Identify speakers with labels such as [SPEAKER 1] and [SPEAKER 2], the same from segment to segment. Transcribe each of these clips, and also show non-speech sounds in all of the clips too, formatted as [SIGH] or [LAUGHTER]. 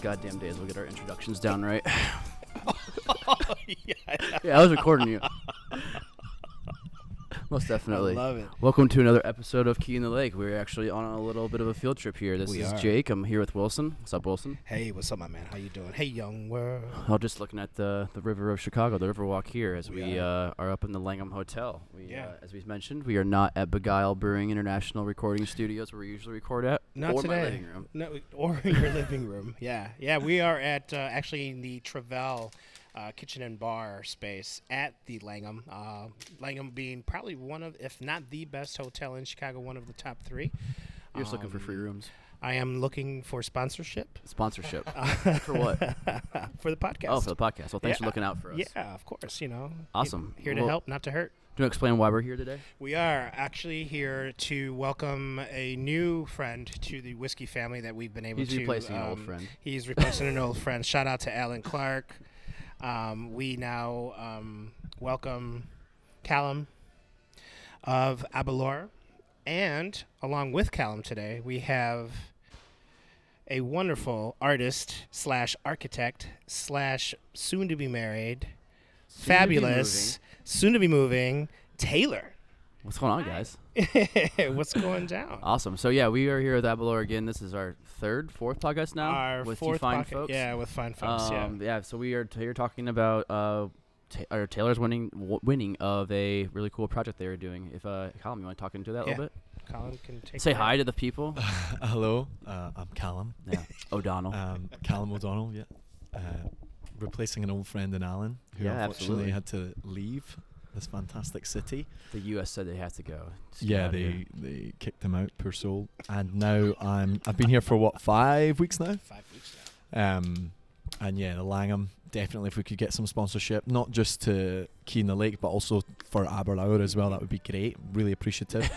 [SPEAKER 1] goddamn days we'll get our introductions down right. [LAUGHS]
[SPEAKER 2] yeah,
[SPEAKER 1] yeah, I was recording you. [LAUGHS] Most definitely.
[SPEAKER 2] love it.
[SPEAKER 1] Welcome to another episode of Key in the Lake. We're actually on a little bit of a field trip here. This
[SPEAKER 2] We
[SPEAKER 1] is
[SPEAKER 2] are.
[SPEAKER 1] Jake. I'm here with Wilson. What's up, Wilson?
[SPEAKER 2] Hey, what's up, my man? How you doing? Hey, young world.
[SPEAKER 1] I'm just looking at the the river of Chicago, the Riverwalk here, as we,
[SPEAKER 2] We
[SPEAKER 1] uh, are up in the Langham Hotel. We,
[SPEAKER 2] Yeah.
[SPEAKER 1] uh, as we mentioned, we are not at Beguile Brewing International Recording Studios, where we usually record at.
[SPEAKER 2] Not
[SPEAKER 1] or
[SPEAKER 2] today.
[SPEAKER 1] My living room.
[SPEAKER 2] No, or [LAUGHS] in your living room. Yeah, yeah. We are at uh, actually in the Travell uh, kitchen and bar space at the Langham. Uh, Langham being probably one of, if not the best hotel in Chicago, one of the top three.
[SPEAKER 1] You're just looking for
[SPEAKER 2] Um,
[SPEAKER 1] free rooms.
[SPEAKER 2] I am looking for sponsorship [LAUGHS]
[SPEAKER 1] Sponsorship. for what?
[SPEAKER 2] for the podcast.
[SPEAKER 1] Oh, for the podcast. Well, thanks for
[SPEAKER 2] Yeah.
[SPEAKER 1] looking out for us.
[SPEAKER 2] yeah, of course. You know,
[SPEAKER 1] Awesome.
[SPEAKER 2] Here to
[SPEAKER 1] Well-
[SPEAKER 2] help, not to hurt.
[SPEAKER 1] Do you want to explain why we're here today?
[SPEAKER 2] We are actually here to welcome a new friend to the whiskey family that we've been able
[SPEAKER 1] He's
[SPEAKER 2] to. um,
[SPEAKER 1] replacing an old friend.
[SPEAKER 2] He's replacing an old friend. Shout out to Alan Clark. Um, we now um, welcome Callum of Abalor, and along with Callum today, we have a wonderful artist slash architect slash soon to be married, fabulous, soon to be moving Taylor.
[SPEAKER 1] What's going on, guys?
[SPEAKER 2] [LAUGHS] What's going down?
[SPEAKER 1] Awesome. So yeah, we are here with Abalor again. This is our third, fourth podcast now
[SPEAKER 2] Our
[SPEAKER 1] with
[SPEAKER 2] fourth
[SPEAKER 1] you fine
[SPEAKER 2] pocket-
[SPEAKER 1] folks.
[SPEAKER 2] Yeah, with fine folks.
[SPEAKER 1] Um, yeah. So we are t- here talking about uh, ta- or Taylor's winning w- winning of a really cool project they were doing. If uh, Colin, you want to talk into that a little
[SPEAKER 2] Yeah.
[SPEAKER 1] bit?
[SPEAKER 2] yeah. Colin can take.
[SPEAKER 1] Say
[SPEAKER 2] it
[SPEAKER 1] hi
[SPEAKER 2] away.
[SPEAKER 1] to the
[SPEAKER 3] [LAUGHS]
[SPEAKER 1] people.
[SPEAKER 3] Hello, uh, I'm Callum.
[SPEAKER 1] yeah. O'Donnell.
[SPEAKER 3] Um, Callum O'Donnell, yeah. Uh, replacing an old friend in Allen, who
[SPEAKER 1] Yeah, absolutely.
[SPEAKER 3] unfortunately had to leave this fantastic city.
[SPEAKER 1] the U.S. said they have to go. Just get
[SPEAKER 3] yeah,
[SPEAKER 1] outta here.
[SPEAKER 3] they, they kicked him out, poor soul. And now I'm I've been here for what five weeks now.
[SPEAKER 2] Five weeks now.
[SPEAKER 3] Um, and yeah, the Langham definitely. If we could get some sponsorship, not just to Keen the Lake, but also for Aberlour as well, that would be great.
[SPEAKER 1] [LAUGHS]
[SPEAKER 3] Really appreciative.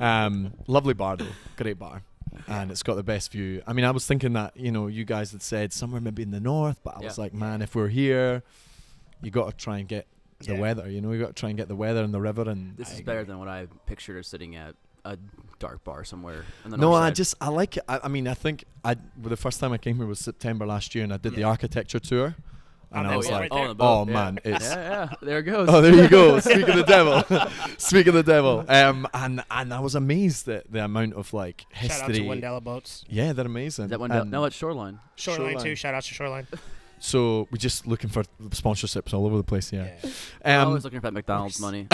[SPEAKER 3] um, lovely bar though, great bar, and it's got the best view. I mean, I was thinking that you know you guys had said somewhere maybe in the north, but I was
[SPEAKER 1] Yeah.
[SPEAKER 3] like, man, if we're here, you got to try and get the
[SPEAKER 2] Yeah.
[SPEAKER 3] weather. You know, you got to try and get the weather and the river and.
[SPEAKER 1] This
[SPEAKER 3] I
[SPEAKER 1] is
[SPEAKER 3] agree.
[SPEAKER 1] better than what I pictured her sitting at a dark bar somewhere. on the
[SPEAKER 3] No,
[SPEAKER 1] north
[SPEAKER 3] I
[SPEAKER 1] side.
[SPEAKER 3] just I like it. I, I mean, I think I well, the first time I came here was September last year, and I did the
[SPEAKER 1] Yeah.
[SPEAKER 3] architecture tour, and
[SPEAKER 2] Oh,
[SPEAKER 3] I
[SPEAKER 2] that
[SPEAKER 3] was
[SPEAKER 2] was
[SPEAKER 3] like,
[SPEAKER 2] right there.
[SPEAKER 1] on the
[SPEAKER 3] Oh
[SPEAKER 1] boat, yeah.
[SPEAKER 3] man, it's
[SPEAKER 1] yeah, yeah, there it goes.
[SPEAKER 3] oh
[SPEAKER 1] [LAUGHS]
[SPEAKER 3] there you go. Speak of the devil. [LAUGHS] Speak of the devil. Um, and and I was amazed at the amount of like
[SPEAKER 2] Shout out to
[SPEAKER 3] history.
[SPEAKER 2] Wendella Boats.
[SPEAKER 3] yeah, they're amazing. Um,
[SPEAKER 1] Is that one?
[SPEAKER 3] And
[SPEAKER 1] no, it's shoreline.
[SPEAKER 2] Shoreline, too.
[SPEAKER 3] Shoreline.
[SPEAKER 2] Shout out to Shoreline.
[SPEAKER 3] so we're just looking for sponsorships all over the place. Yeah.
[SPEAKER 2] Yeah.
[SPEAKER 1] I'm
[SPEAKER 3] Um,
[SPEAKER 1] always looking for that McDonald's money.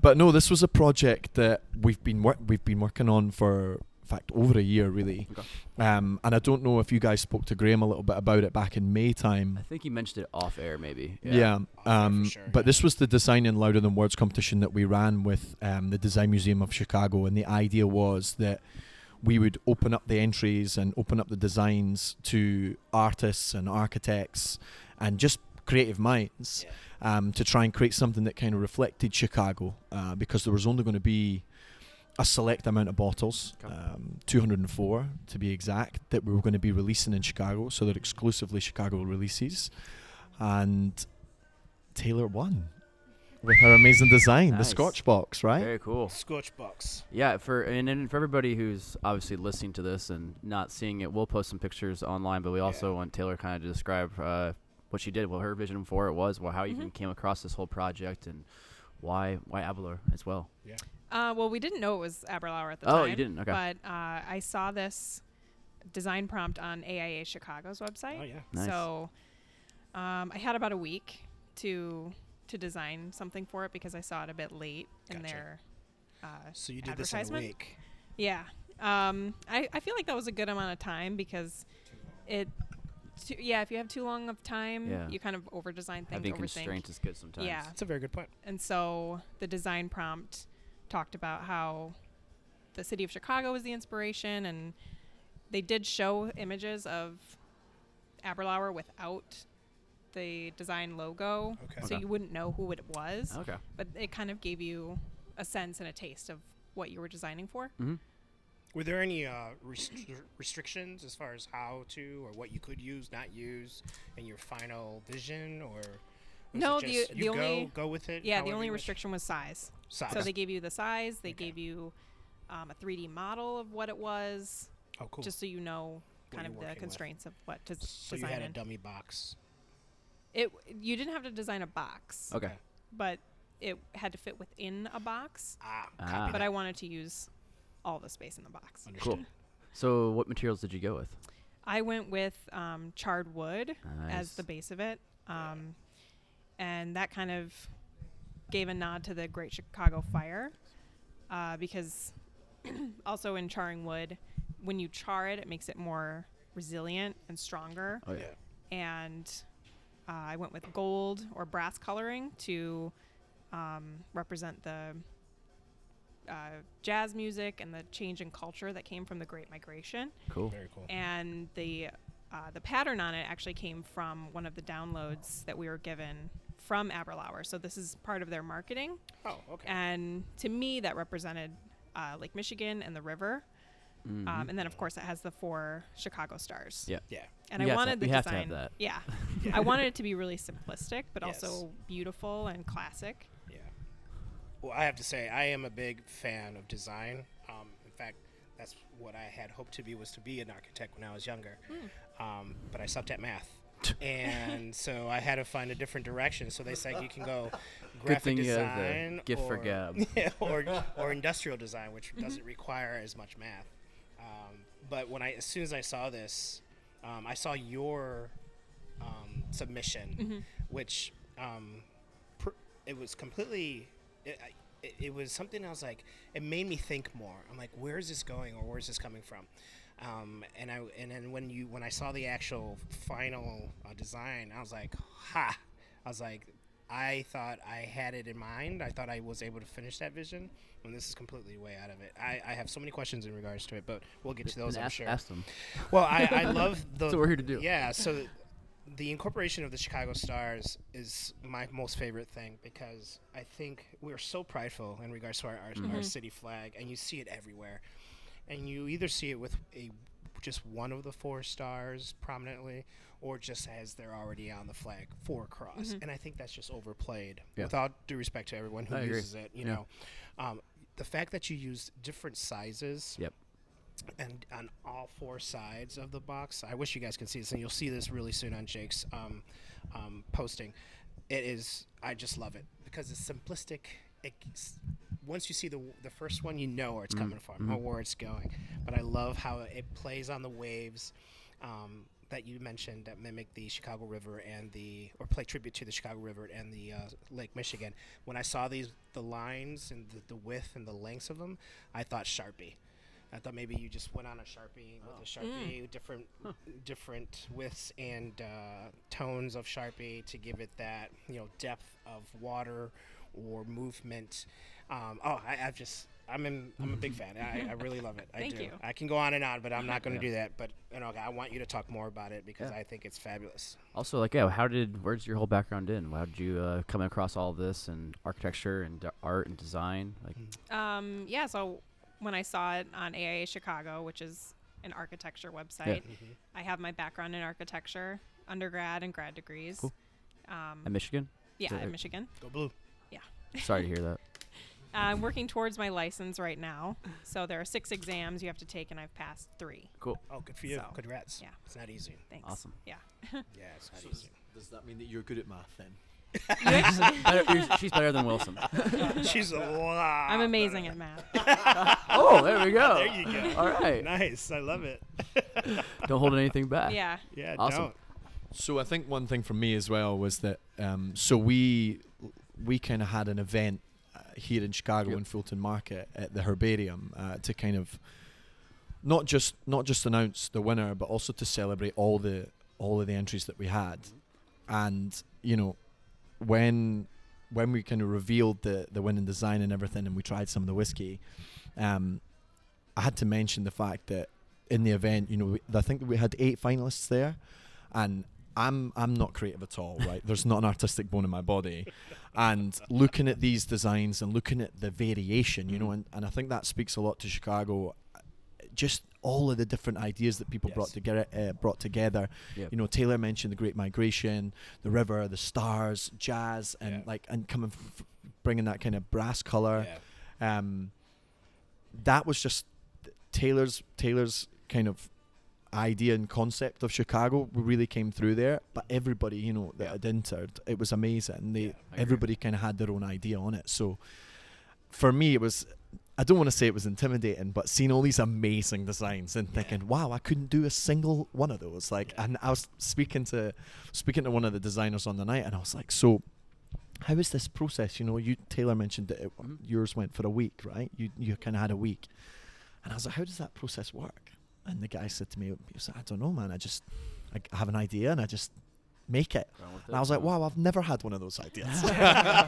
[SPEAKER 3] but no, this was a project that we've been work we've been working on for in fact over a year really.
[SPEAKER 1] Okay.
[SPEAKER 3] Um, and I don't know if you guys spoke to Graham a little bit about it back in May
[SPEAKER 1] I
[SPEAKER 3] time.
[SPEAKER 1] think you mentioned it off air, maybe.
[SPEAKER 3] Yeah.
[SPEAKER 2] for
[SPEAKER 3] Um,
[SPEAKER 2] sure,
[SPEAKER 3] but
[SPEAKER 2] yeah.
[SPEAKER 3] this was the Design in Louder Than Words competition that we ran with um, the Design Museum of Chicago, and the idea was that we would open up the entries and open up the designs to artists and architects and just creative minds um, to try and create something that kind of reflected Chicago uh, because there was only going to be a select amount of bottles,
[SPEAKER 1] Okay.
[SPEAKER 3] um, 204 to be exact, that we were going to be releasing in Chicago. So they're exclusively Chicago releases. And Taylor won with her amazing design, the
[SPEAKER 1] Nice.
[SPEAKER 3] Scotch box, right?
[SPEAKER 1] Very cool.
[SPEAKER 2] Scorch Box.
[SPEAKER 1] Yeah, for and, and for everybody who's obviously listening to this and not seeing it, we'll post some pictures online. But we also want Taylor kind of to describe uh, what she did, what her vision for it was, well, how you
[SPEAKER 4] Mm-hmm.
[SPEAKER 1] even came across this whole project, and why why Avalor as well.
[SPEAKER 4] Uh, well, we didn't know it was Aberlour at the
[SPEAKER 1] Oh,
[SPEAKER 4] time.
[SPEAKER 1] you didn't? Okay.
[SPEAKER 4] But uh, I saw this design prompt on AIA Chicago's website.
[SPEAKER 2] Oh yeah.
[SPEAKER 1] Nice.
[SPEAKER 4] So um, I had about a week to to design something for it because I saw it a bit late in
[SPEAKER 2] Gotcha.
[SPEAKER 4] their. Uh,
[SPEAKER 2] So you did this in a
[SPEAKER 4] Advertisement?
[SPEAKER 2] week.
[SPEAKER 4] yeah. Um, I, I feel like that was a good amount of time because it. Too, yeah, if you have too long of time,
[SPEAKER 1] Yeah.
[SPEAKER 4] you kind of over design things,
[SPEAKER 1] Having
[SPEAKER 4] overthink.
[SPEAKER 1] constraints is good sometimes.
[SPEAKER 4] Yeah.
[SPEAKER 2] That's a very good point.
[SPEAKER 4] And so the design prompt talked about how the city of Chicago was the inspiration, and they did show images of Aberlour without the design logo,
[SPEAKER 2] Okay.
[SPEAKER 4] so
[SPEAKER 1] Okay.
[SPEAKER 4] you wouldn't know who it was,
[SPEAKER 1] Okay.
[SPEAKER 4] but it kind of gave you a sense and a taste of what you were designing for.
[SPEAKER 1] Mm-hmm.
[SPEAKER 2] Were there any uh, restri- restrictions as far as how to or what you could use, not use, in your final vision, or was it
[SPEAKER 4] No, the-
[SPEAKER 2] just
[SPEAKER 4] the
[SPEAKER 2] you go,
[SPEAKER 4] only-
[SPEAKER 2] go with it.
[SPEAKER 4] Yeah, the
[SPEAKER 2] however
[SPEAKER 4] only
[SPEAKER 2] you wish?
[SPEAKER 4] restriction was size.
[SPEAKER 2] Size.
[SPEAKER 4] So they gave you the size, they
[SPEAKER 2] Okay.
[SPEAKER 4] gave you um, a 3D model of what it was,
[SPEAKER 2] oh, cool.
[SPEAKER 4] just so you know kind
[SPEAKER 2] you're
[SPEAKER 4] of
[SPEAKER 2] working
[SPEAKER 4] the
[SPEAKER 2] with.
[SPEAKER 4] constraints of what to s-
[SPEAKER 2] So you
[SPEAKER 4] design.
[SPEAKER 2] had a
[SPEAKER 4] in.
[SPEAKER 2] dummy box.
[SPEAKER 4] it you didn't have to design a box,
[SPEAKER 1] Okay.
[SPEAKER 2] Okay.
[SPEAKER 4] but it had to fit within a box.
[SPEAKER 2] Ah,
[SPEAKER 1] Ah.
[SPEAKER 2] copy
[SPEAKER 4] But
[SPEAKER 2] that.
[SPEAKER 4] I wanted to use all the space in the box.
[SPEAKER 2] understood.
[SPEAKER 1] So what materials did you go with?
[SPEAKER 4] I went with um, charred wood as
[SPEAKER 1] Nice.
[SPEAKER 4] the base of it, um, and that kind of gave a nod to the Great Chicago Fire, uh, because [CLEARS THROAT] also in charring wood, when you char it, it makes it more resilient and stronger.
[SPEAKER 1] Oh, yeah.
[SPEAKER 4] and uh, I went with gold or brass coloring to um, represent the uh, jazz music and the change in culture that came from the Great Migration.
[SPEAKER 1] Cool.
[SPEAKER 2] Very cool.
[SPEAKER 4] And the uh, the pattern on it actually came from one of the downloads that we were given from Aberlour. So this is part of their marketing.
[SPEAKER 2] oh, okay.
[SPEAKER 4] And to me, that represented uh, Lake Michigan and the river. Um, and then, of course, it has the four Chicago stars.
[SPEAKER 1] Yeah.
[SPEAKER 2] yeah.
[SPEAKER 4] And
[SPEAKER 1] You
[SPEAKER 4] I
[SPEAKER 1] have to-
[SPEAKER 4] wanted the
[SPEAKER 1] you have to
[SPEAKER 4] design.
[SPEAKER 1] have that. [LAUGHS]
[SPEAKER 4] Yeah.
[SPEAKER 2] Yeah.
[SPEAKER 4] I wanted it to be really simplistic, but
[SPEAKER 2] Yes.
[SPEAKER 4] also beautiful and classic.
[SPEAKER 2] Yeah. Well, I have to say, I am a big fan of design. Um, in fact, that's what I had hoped to be was to be an architect when I was younger.
[SPEAKER 1] Hmm.
[SPEAKER 2] Um, but I sucked at
[SPEAKER 1] [LAUGHS]
[SPEAKER 2] math. and so I had to find a different direction. So they said you can
[SPEAKER 1] [LAUGHS]
[SPEAKER 2] go graphic
[SPEAKER 1] thing you have the
[SPEAKER 2] design,
[SPEAKER 1] gift
[SPEAKER 2] or,
[SPEAKER 1] for
[SPEAKER 2] [LAUGHS]
[SPEAKER 1] gab. Mm-hmm.
[SPEAKER 2] Yeah, or
[SPEAKER 1] [LAUGHS]
[SPEAKER 2] or industrial design, which doesn't require as much math. Um, but when I, as soon as I saw this, um, I saw your um, submission, which um, pr- it was completely. It, I, it- it was something I was like. It made me think more. I'm like, where is this going, or where is this coming from? Um, and I and then when you when I saw the actual final uh, design, I was like, ha! I was like, I thought I had it in mind. I thought I was able to finish that vision, and this is completely way out of it. I, I have so many questions in regards to it, but we'll get to those.
[SPEAKER 1] And
[SPEAKER 2] I'm
[SPEAKER 1] ask,
[SPEAKER 2] sure.
[SPEAKER 1] ask them.
[SPEAKER 2] Well, I, I
[SPEAKER 1] [LAUGHS]
[SPEAKER 2] love the.
[SPEAKER 1] That's what we're here to do.
[SPEAKER 2] Yeah. So the incorporation of the Chicago Stars is my most favorite thing because I think we're so prideful in regards to our, our,
[SPEAKER 1] Mm-hmm.
[SPEAKER 2] our city flag, and you see it everywhere. And you either see it with a just one of the four stars prominently, or just as they're already on the flag, four across. And I think that's just overplayed.
[SPEAKER 1] Mm-hmm. Yeah.
[SPEAKER 2] With all due respect to everyone who
[SPEAKER 1] I agree.
[SPEAKER 2] uses it, you
[SPEAKER 1] Yeah.
[SPEAKER 2] know, um, the fact that you use different sizes
[SPEAKER 1] Yep.
[SPEAKER 2] and on all four sides of the box. I wish you guys could see this, and you'll see this really soon on Jake's um, um, posting. It is. I just love it because it's simplistic. It, s- once you see the the first one, you know where it's coming from or where it's going. But I love how it plays on the waves. Um, that you mentioned that mimic the Chicago River and the or play tribute to the Chicago River and the uh, Lake Michigan. When I saw these the lines and the, the width and the lengths of them, I thought Sharpie. I thought maybe you just went on a sharpie
[SPEAKER 4] Oh.
[SPEAKER 2] with a sharpie,
[SPEAKER 4] Hmm.
[SPEAKER 2] different different widths and uh, tones of sharpie to give it that you know depth of water or movement. Um, oh, I, I've just I'm in, I'm a big fan. I, I really love it. I
[SPEAKER 4] Thank
[SPEAKER 2] do.
[SPEAKER 4] you.
[SPEAKER 2] I can go on and on, but I'm not going to do that. But you know, I want you to talk more about it because
[SPEAKER 1] Yeah.
[SPEAKER 2] I think it's fabulous.
[SPEAKER 1] Also, like, yeah, how did where's your whole background in? How did you uh, come across all this and architecture and d- art and design? Like,
[SPEAKER 2] Mm-hmm.
[SPEAKER 4] Um, yeah, so when I saw it on AIA Chicago, which is an architecture website, I have my background in architecture, undergrad and grad degrees.
[SPEAKER 1] Cool.
[SPEAKER 4] Um,
[SPEAKER 1] at Michigan.
[SPEAKER 4] yeah,
[SPEAKER 1] that
[SPEAKER 4] in
[SPEAKER 1] it?
[SPEAKER 4] Michigan.
[SPEAKER 2] Go blue.
[SPEAKER 1] Sorry to hear
[SPEAKER 2] [LAUGHS]
[SPEAKER 1] that.
[SPEAKER 4] Uh, I'm working towards my license right now. So there are six exams you have to take, and I've passed three.
[SPEAKER 1] Cool.
[SPEAKER 2] Oh, good for you.
[SPEAKER 4] So,
[SPEAKER 2] good rats.
[SPEAKER 4] yeah.
[SPEAKER 2] it's not
[SPEAKER 4] [LAUGHS]
[SPEAKER 2] easy.
[SPEAKER 4] Thanks.
[SPEAKER 1] Awesome.
[SPEAKER 4] Yeah.
[SPEAKER 2] Yeah, it's not
[SPEAKER 3] So does,
[SPEAKER 2] easy.
[SPEAKER 3] does that mean that you're good at math then?
[SPEAKER 1] Better- she's better than Wilson. [LAUGHS]
[SPEAKER 2] She's a lot.
[SPEAKER 4] [LAUGHS] I'm amazing at math.
[SPEAKER 1] oh, there we go.
[SPEAKER 2] There you go.
[SPEAKER 1] All right.
[SPEAKER 2] [LAUGHS] Nice. I love it.
[SPEAKER 1] Don't hold anything back.
[SPEAKER 4] yeah.
[SPEAKER 2] Yeah,
[SPEAKER 1] Awesome.
[SPEAKER 2] don't.
[SPEAKER 3] So I think one thing for me as well was that um, so we we kind of had an event uh, here in Chicago
[SPEAKER 1] Yep.
[SPEAKER 3] in Fulton Market at the Herbarium uh, to kind of not just not just announce the winner, but also to celebrate all the all of the entries that we had, and you know when when we kind of revealed the the winning design and everything, and we tried some of the whiskey, um, I had to mention the fact that in the event, you know, we, I think we had eight finalists there, and I'm I'm not creative at all, right? There's not an artistic bone in my body, and looking at these designs and looking at the variation, you know, and, and I think that speaks a lot to Chicago. Just all of the different ideas that people brought
[SPEAKER 2] Yes.
[SPEAKER 3] together, uh, brought together.
[SPEAKER 1] Yep.
[SPEAKER 3] You know, Taylor mentioned the Great Migration, the river, the stars, jazz, and
[SPEAKER 2] Yeah.
[SPEAKER 3] like and coming, f- f- bringing that kind of brass color
[SPEAKER 2] Yeah.
[SPEAKER 3] um, that was just Taylor's Taylor's kind of idea and concept of Chicago really came through there. But everybody, you know, that
[SPEAKER 1] Yeah.
[SPEAKER 3] had entered, it was amazing. They
[SPEAKER 2] Yeah,
[SPEAKER 1] I agree.
[SPEAKER 3] everybody kind of had their own idea on it. So for me, it was. I don't want to say it was intimidating, but seeing all these amazing designs and thinking, "Wow, I couldn't do a single one of those." Like, and I was speaking to speaking to one of the designers on the night, and I was like, "So, how is this process? You know, you Taylor mentioned that it,
[SPEAKER 1] Mhm.
[SPEAKER 3] yours went for a week, right? You you kind of had a week, and I was like, how does that process work? And the guy said to me, he was like, I don't know, man. I just I g- have an idea and I just make it.
[SPEAKER 1] Run with
[SPEAKER 3] And
[SPEAKER 1] it,
[SPEAKER 3] I was like,
[SPEAKER 1] huh?
[SPEAKER 3] wow, I've never had one of those
[SPEAKER 1] [LAUGHS]
[SPEAKER 3] ideas.
[SPEAKER 2] [LAUGHS]
[SPEAKER 3] [LAUGHS]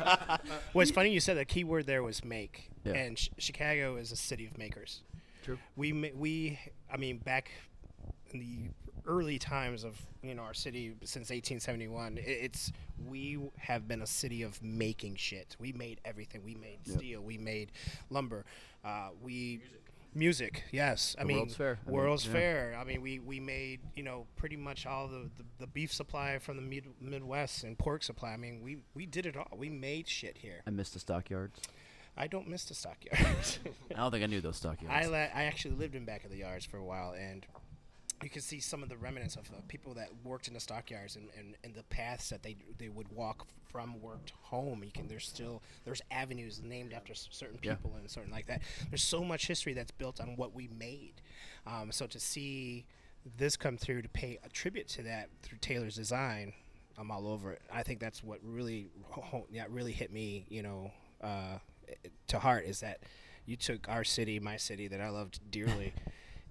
[SPEAKER 2] Well, it's funny you said the key word there was make,
[SPEAKER 1] Yeah.
[SPEAKER 2] and sh- Chicago is a city of makers.
[SPEAKER 1] True.
[SPEAKER 2] We ma- we I mean back in the early times of you know our city since 1871, i- it's we have been a city of making shit. We made everything. We made
[SPEAKER 1] Yep.
[SPEAKER 2] steel. We made lumber. Uh, we music. Yes, I
[SPEAKER 1] The
[SPEAKER 2] mean
[SPEAKER 1] World's Fair. I mean,
[SPEAKER 2] World's
[SPEAKER 1] yeah.
[SPEAKER 2] Fair. I mean we we made you know pretty much all the the, the beef supply from the mid- Midwest and pork supply. I mean we we did it all. We made shit here.
[SPEAKER 1] I missed the stockyards.
[SPEAKER 2] I don't miss the stockyards. [LAUGHS]
[SPEAKER 1] I don't think I knew those stockyards.
[SPEAKER 2] I la- I actually lived in back of the yards for a while, and you can see some of the remnants of the people that worked in the stockyards and, and, and the paths that they they would walk from work to home. You can there's still there's avenues named after s- certain
[SPEAKER 1] Yeah.
[SPEAKER 2] people and certain like that. There's so much history that's built on what we made. Um, so to see this come through to pay a tribute to that through Taylor's design, I'm all over it. I think that's what really ho- ho- that really hit me, you know, uh, i- to heart is that you took our city, my city that I loved
[SPEAKER 1] [LAUGHS]
[SPEAKER 2] dearly,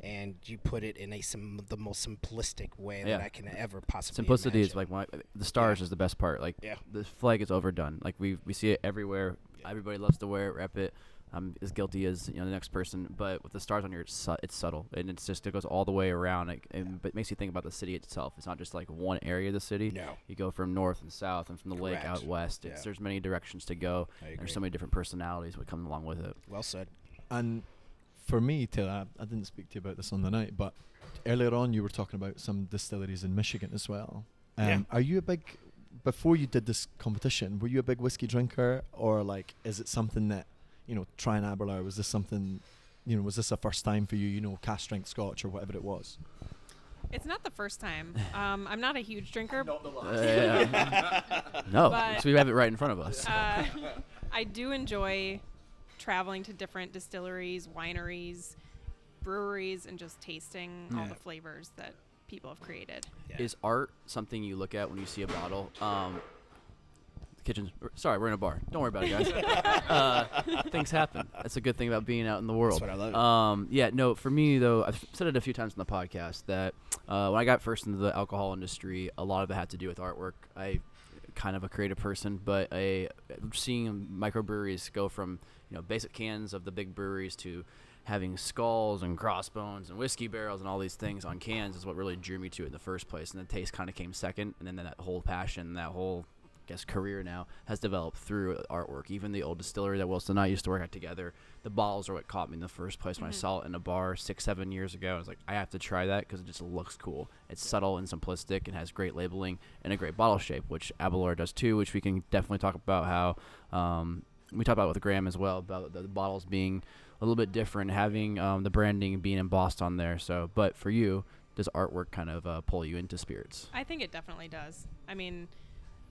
[SPEAKER 2] and you put it in a sim- the most simplistic way that
[SPEAKER 1] Yeah.
[SPEAKER 2] I can ever possibly.
[SPEAKER 1] Simplicity is
[SPEAKER 2] imagine.
[SPEAKER 1] like my, uh, the stars is the best part. Like
[SPEAKER 2] Yeah.
[SPEAKER 1] the flag is overdone. Like we we see it everywhere. Everybody loves to wear it, rep it. I'm as guilty as you know the next person, but with the stars on here, it's, su- it's subtle and it's just it goes all the way around. It, and, But it makes you think about the city itself. It's not just like one area of the city.
[SPEAKER 2] No.
[SPEAKER 1] you go from north and south, and from the lake out
[SPEAKER 2] Correct.
[SPEAKER 1] west. It's,
[SPEAKER 2] Yeah.
[SPEAKER 1] There's many directions to go.
[SPEAKER 2] I
[SPEAKER 1] and
[SPEAKER 2] agree.
[SPEAKER 1] There's so many different personalities that come along with it.
[SPEAKER 2] [LAUGHS] well said.
[SPEAKER 3] and for me, Taylor, I, I didn't speak to you about this on the night, but earlier on you were talking about some distilleries in Michigan as well. Um,
[SPEAKER 2] Yeah.
[SPEAKER 3] Are you a big before you did this competition? Were you a big whiskey drinker, or like is it something that you know trying Aberlour? Was this something? You know, was this a first time for you? You know, cast strength scotch or whatever it was.
[SPEAKER 4] It's not the first
[SPEAKER 1] [LAUGHS]
[SPEAKER 4] time. Um, I'm not a huge drinker.
[SPEAKER 1] Uh, yeah. no,
[SPEAKER 4] But-
[SPEAKER 1] because we have it right in front of us.
[SPEAKER 4] Uh, I do enjoy traveling to different distilleries, wineries, breweries, and just tasting all
[SPEAKER 2] Yeah.
[SPEAKER 4] the flavors that people have created.
[SPEAKER 2] Yeah.
[SPEAKER 1] Is art something you look at when you see a bottle? Um, the kitchen. er, Sorry, we're in a bar. Don't worry about it,
[SPEAKER 2] [LAUGHS]
[SPEAKER 1] guys. uh, things happen. That's a good thing about being out in the world.
[SPEAKER 2] what I love.
[SPEAKER 1] Um, yeah, no, for me though, I've said it a few times in the podcast that uh, when I got first into the alcohol industry, a lot of it had to do with artwork. I kind of a creative person, but I seeing microbreweries go from you know basic cans of the big breweries to having skulls and crossbones and whiskey barrels and all these things on cans is what really drew me to it in the first place, and the taste kind of came second, and then that whole passion, that whole I guess career now has developed through artwork. Even the old distillery that Wilson and I used to work at together, the bottles are what caught me in the first place when I saw it in a bar six, seven years ago. I was like, I have to try that because it just looks cool. It's subtle and simplistic and has great labeling and a great bottle shape, which Abelora does too, which we can definitely talk about how um, we talked about with Graham as well about the, the bottles being a little bit different, having um, the branding being embossed on there. So, but for you, does artwork kind of uh, pull you into spirits?
[SPEAKER 4] I think it definitely does. I mean,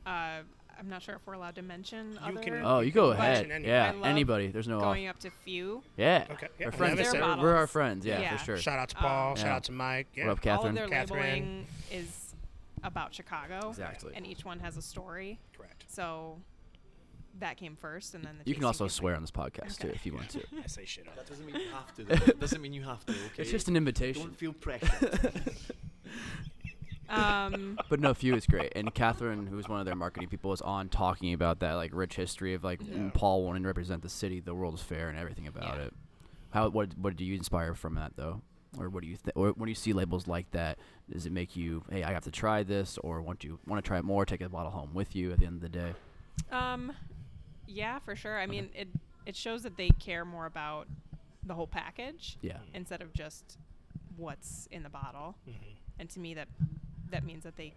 [SPEAKER 4] uh, I'm not sure if we're allowed to mention
[SPEAKER 2] You
[SPEAKER 4] other
[SPEAKER 2] can-
[SPEAKER 1] Oh, you go
[SPEAKER 2] Question
[SPEAKER 1] ahead.
[SPEAKER 2] anybody.
[SPEAKER 1] Yeah,
[SPEAKER 4] I love
[SPEAKER 1] anybody. There's no off.
[SPEAKER 4] going up to few.
[SPEAKER 1] Yeah.
[SPEAKER 2] Okay, yeah,
[SPEAKER 1] We're
[SPEAKER 2] yeah,
[SPEAKER 1] friends.
[SPEAKER 2] that's
[SPEAKER 1] We're,
[SPEAKER 2] it.
[SPEAKER 1] we're our friends. Yeah,
[SPEAKER 4] Yeah.
[SPEAKER 1] for sure. Ah.
[SPEAKER 2] Shout out to
[SPEAKER 4] Um,
[SPEAKER 2] Paul. Shout
[SPEAKER 1] Yeah.
[SPEAKER 2] out to Mike. Yeah.
[SPEAKER 1] What up,
[SPEAKER 4] All of
[SPEAKER 1] Catherine?
[SPEAKER 4] their
[SPEAKER 2] Catherine.
[SPEAKER 4] labeling is about Chicago,
[SPEAKER 1] Exactly.
[SPEAKER 4] and each one has a story.
[SPEAKER 2] Correct.
[SPEAKER 4] So that came first, and then the
[SPEAKER 1] you can
[SPEAKER 4] tasting
[SPEAKER 1] also
[SPEAKER 4] came
[SPEAKER 1] swear on this podcast too
[SPEAKER 4] Okay.
[SPEAKER 1] if you want to.
[SPEAKER 2] I say shit. All the
[SPEAKER 3] doesn't mean you have to. That [LAUGHS] doesn't mean you have to. Okay.
[SPEAKER 1] It's just an invitation.
[SPEAKER 3] feel pressure.
[SPEAKER 4] later. Um,
[SPEAKER 1] But no, few is great. And Catherine, who's one of their marketing people, is on talking about that like rich history of like
[SPEAKER 2] Yeah.
[SPEAKER 1] Paul wanting to represent the city, the World's Fair, and everything about
[SPEAKER 4] Yeah.
[SPEAKER 1] it. How what what do you inspire from that though, or what do you th- or when you see labels like that, does it make you hey I have to try this or want you want to try it more? Take a bottle home with you at the end of the day.
[SPEAKER 4] Um, yeah, for sure. I mean, it it shows that they care more about the whole package
[SPEAKER 1] Yeah.
[SPEAKER 4] instead of just what's in the bottle.
[SPEAKER 2] Mm-hmm.
[SPEAKER 4] And to me, that that means that they,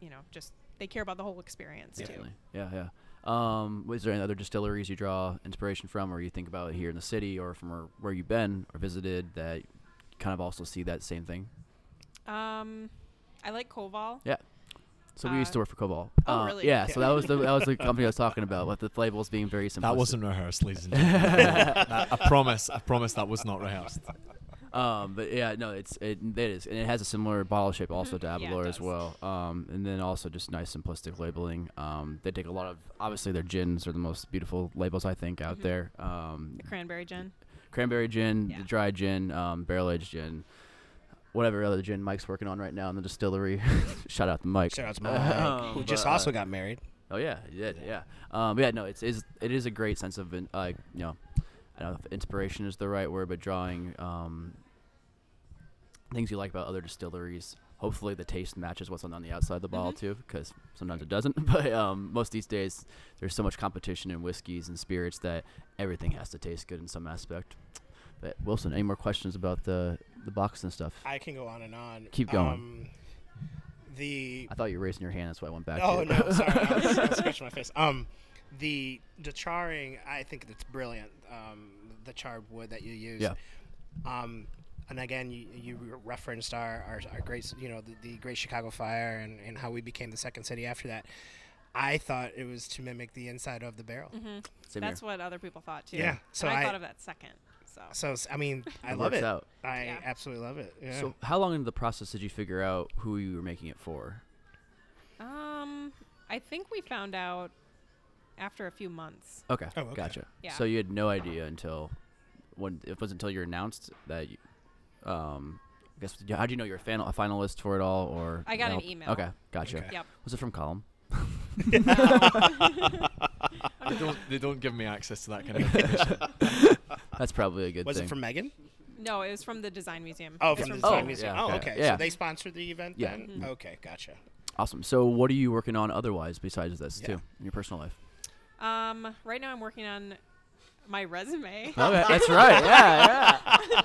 [SPEAKER 4] you know, just they care about the whole experience too.
[SPEAKER 1] Definitely. Yeah, yeah. Um, was there any other distilleries you draw inspiration from, or you think about here in the city, or from where, where you've been or visited that kind of also see that same thing?
[SPEAKER 4] Um, I like Koval.
[SPEAKER 1] Yeah. So we used
[SPEAKER 4] Uh,
[SPEAKER 1] to work for Cobalt.
[SPEAKER 4] oh, really?
[SPEAKER 1] Yeah. So that was the that was
[SPEAKER 4] [LAUGHS]
[SPEAKER 1] the company I was talking about with the labels being very simple.
[SPEAKER 3] [LAUGHS] That wasn't rehearsed, ladies and gentlemen. [LAUGHS] That- I promise. I promise that was not rehearsed.
[SPEAKER 1] Um, but yeah, no, it's it, it is, and it has a similar bottle shape also to
[SPEAKER 4] Mhm. Yeah, it
[SPEAKER 1] Avalor as
[SPEAKER 4] does.
[SPEAKER 1] well. Um, and then also just nice simplistic labeling. Um, they take a lot of obviously their gins are the most beautiful labels I think out
[SPEAKER 4] Mhm.
[SPEAKER 1] there. Um,
[SPEAKER 4] The cranberry gin.
[SPEAKER 1] cranberry gin,
[SPEAKER 4] Yeah.
[SPEAKER 1] the dry gin, um, barrel aged gin, whatever other gin Mike's working on right now in the distillery. [LAUGHS] Shout out to Mike.
[SPEAKER 2] Shout out
[SPEAKER 1] [LAUGHS]
[SPEAKER 2] to Mike,
[SPEAKER 1] Um,
[SPEAKER 2] who just
[SPEAKER 1] but, uh,
[SPEAKER 2] also got married.
[SPEAKER 1] Oh yeah, he did. Yeah. Um, yeah. No, it's is it is a great sense of in- uh, you know, I don't know if inspiration is the right word, but drawing um, things you like about other distilleries. Hopefully, the taste matches what's on, on the outside of the bottle
[SPEAKER 2] Mm-hmm.
[SPEAKER 1] too, because sometimes it doesn't. [LAUGHS] But um, most these days, there's so much competition in whiskeys and spirits that everything has to taste good in some aspect. But Wilson, any more questions about the the box and stuff?
[SPEAKER 2] I can go on and on.
[SPEAKER 1] Keep going.
[SPEAKER 2] Um, the
[SPEAKER 1] I thought you were raising your hand. That's why I went back.
[SPEAKER 2] oh
[SPEAKER 1] to
[SPEAKER 2] no, sorry, I was, I was scratching my face. Um, the the charring, I think it's brilliant. Um, the charred wood that you use.
[SPEAKER 1] Yeah.
[SPEAKER 2] Um, and again, you, you re- referenced our, our, our great, s- you know, the, the Great Chicago Fire and, and how we became the second city after that. I thought it was to mimic the inside of the barrel.
[SPEAKER 1] [LAUGHS] Same
[SPEAKER 4] That's
[SPEAKER 1] here.
[SPEAKER 4] what other people thought too.
[SPEAKER 2] Yeah,
[SPEAKER 4] And
[SPEAKER 2] so
[SPEAKER 4] I,
[SPEAKER 2] I-
[SPEAKER 4] thought of that second. So
[SPEAKER 2] So it's- I mean, I
[SPEAKER 1] It
[SPEAKER 2] love
[SPEAKER 1] works
[SPEAKER 2] it.
[SPEAKER 1] out.
[SPEAKER 2] I
[SPEAKER 4] Yeah.
[SPEAKER 2] absolutely love it. Yeah.
[SPEAKER 1] So, how long into the process did you figure out who you were making it for?
[SPEAKER 4] um, I think we found out after a few months.
[SPEAKER 1] Okay,
[SPEAKER 2] Oh, okay.
[SPEAKER 1] gotcha.
[SPEAKER 4] Yeah.
[SPEAKER 1] So you had no idea until when it was until you were announced that. You, um, I guess how would you know you were a, final, a finalist for it all? Or
[SPEAKER 4] I got an
[SPEAKER 1] nope?
[SPEAKER 4] email.
[SPEAKER 1] Okay, gotcha.
[SPEAKER 2] Okay.
[SPEAKER 4] Yep.
[SPEAKER 1] Was it from Column?
[SPEAKER 2] [LAUGHS]
[SPEAKER 3] They don't, they don't give me access to that kind [LAUGHS] of information.
[SPEAKER 1] That's probably a good
[SPEAKER 2] was
[SPEAKER 1] thing.
[SPEAKER 2] it from Megan?
[SPEAKER 4] [LAUGHS] No no, it was from the design museum.
[SPEAKER 2] Oh,
[SPEAKER 4] It was
[SPEAKER 2] from the
[SPEAKER 1] Oh,
[SPEAKER 2] design museum.
[SPEAKER 1] yeah,
[SPEAKER 2] oh,
[SPEAKER 1] okay.
[SPEAKER 2] okay.
[SPEAKER 1] Yeah.
[SPEAKER 2] So they sponsored the event
[SPEAKER 1] Yeah. Mm-hmm.
[SPEAKER 2] then? Okay, gotcha.
[SPEAKER 1] awesome. So what are you working on otherwise besides this
[SPEAKER 2] Yeah.
[SPEAKER 1] too in your personal life?
[SPEAKER 4] Um, right now I'm working on my resume.
[SPEAKER 1] [LAUGHS] Okay, that's right. Yeah,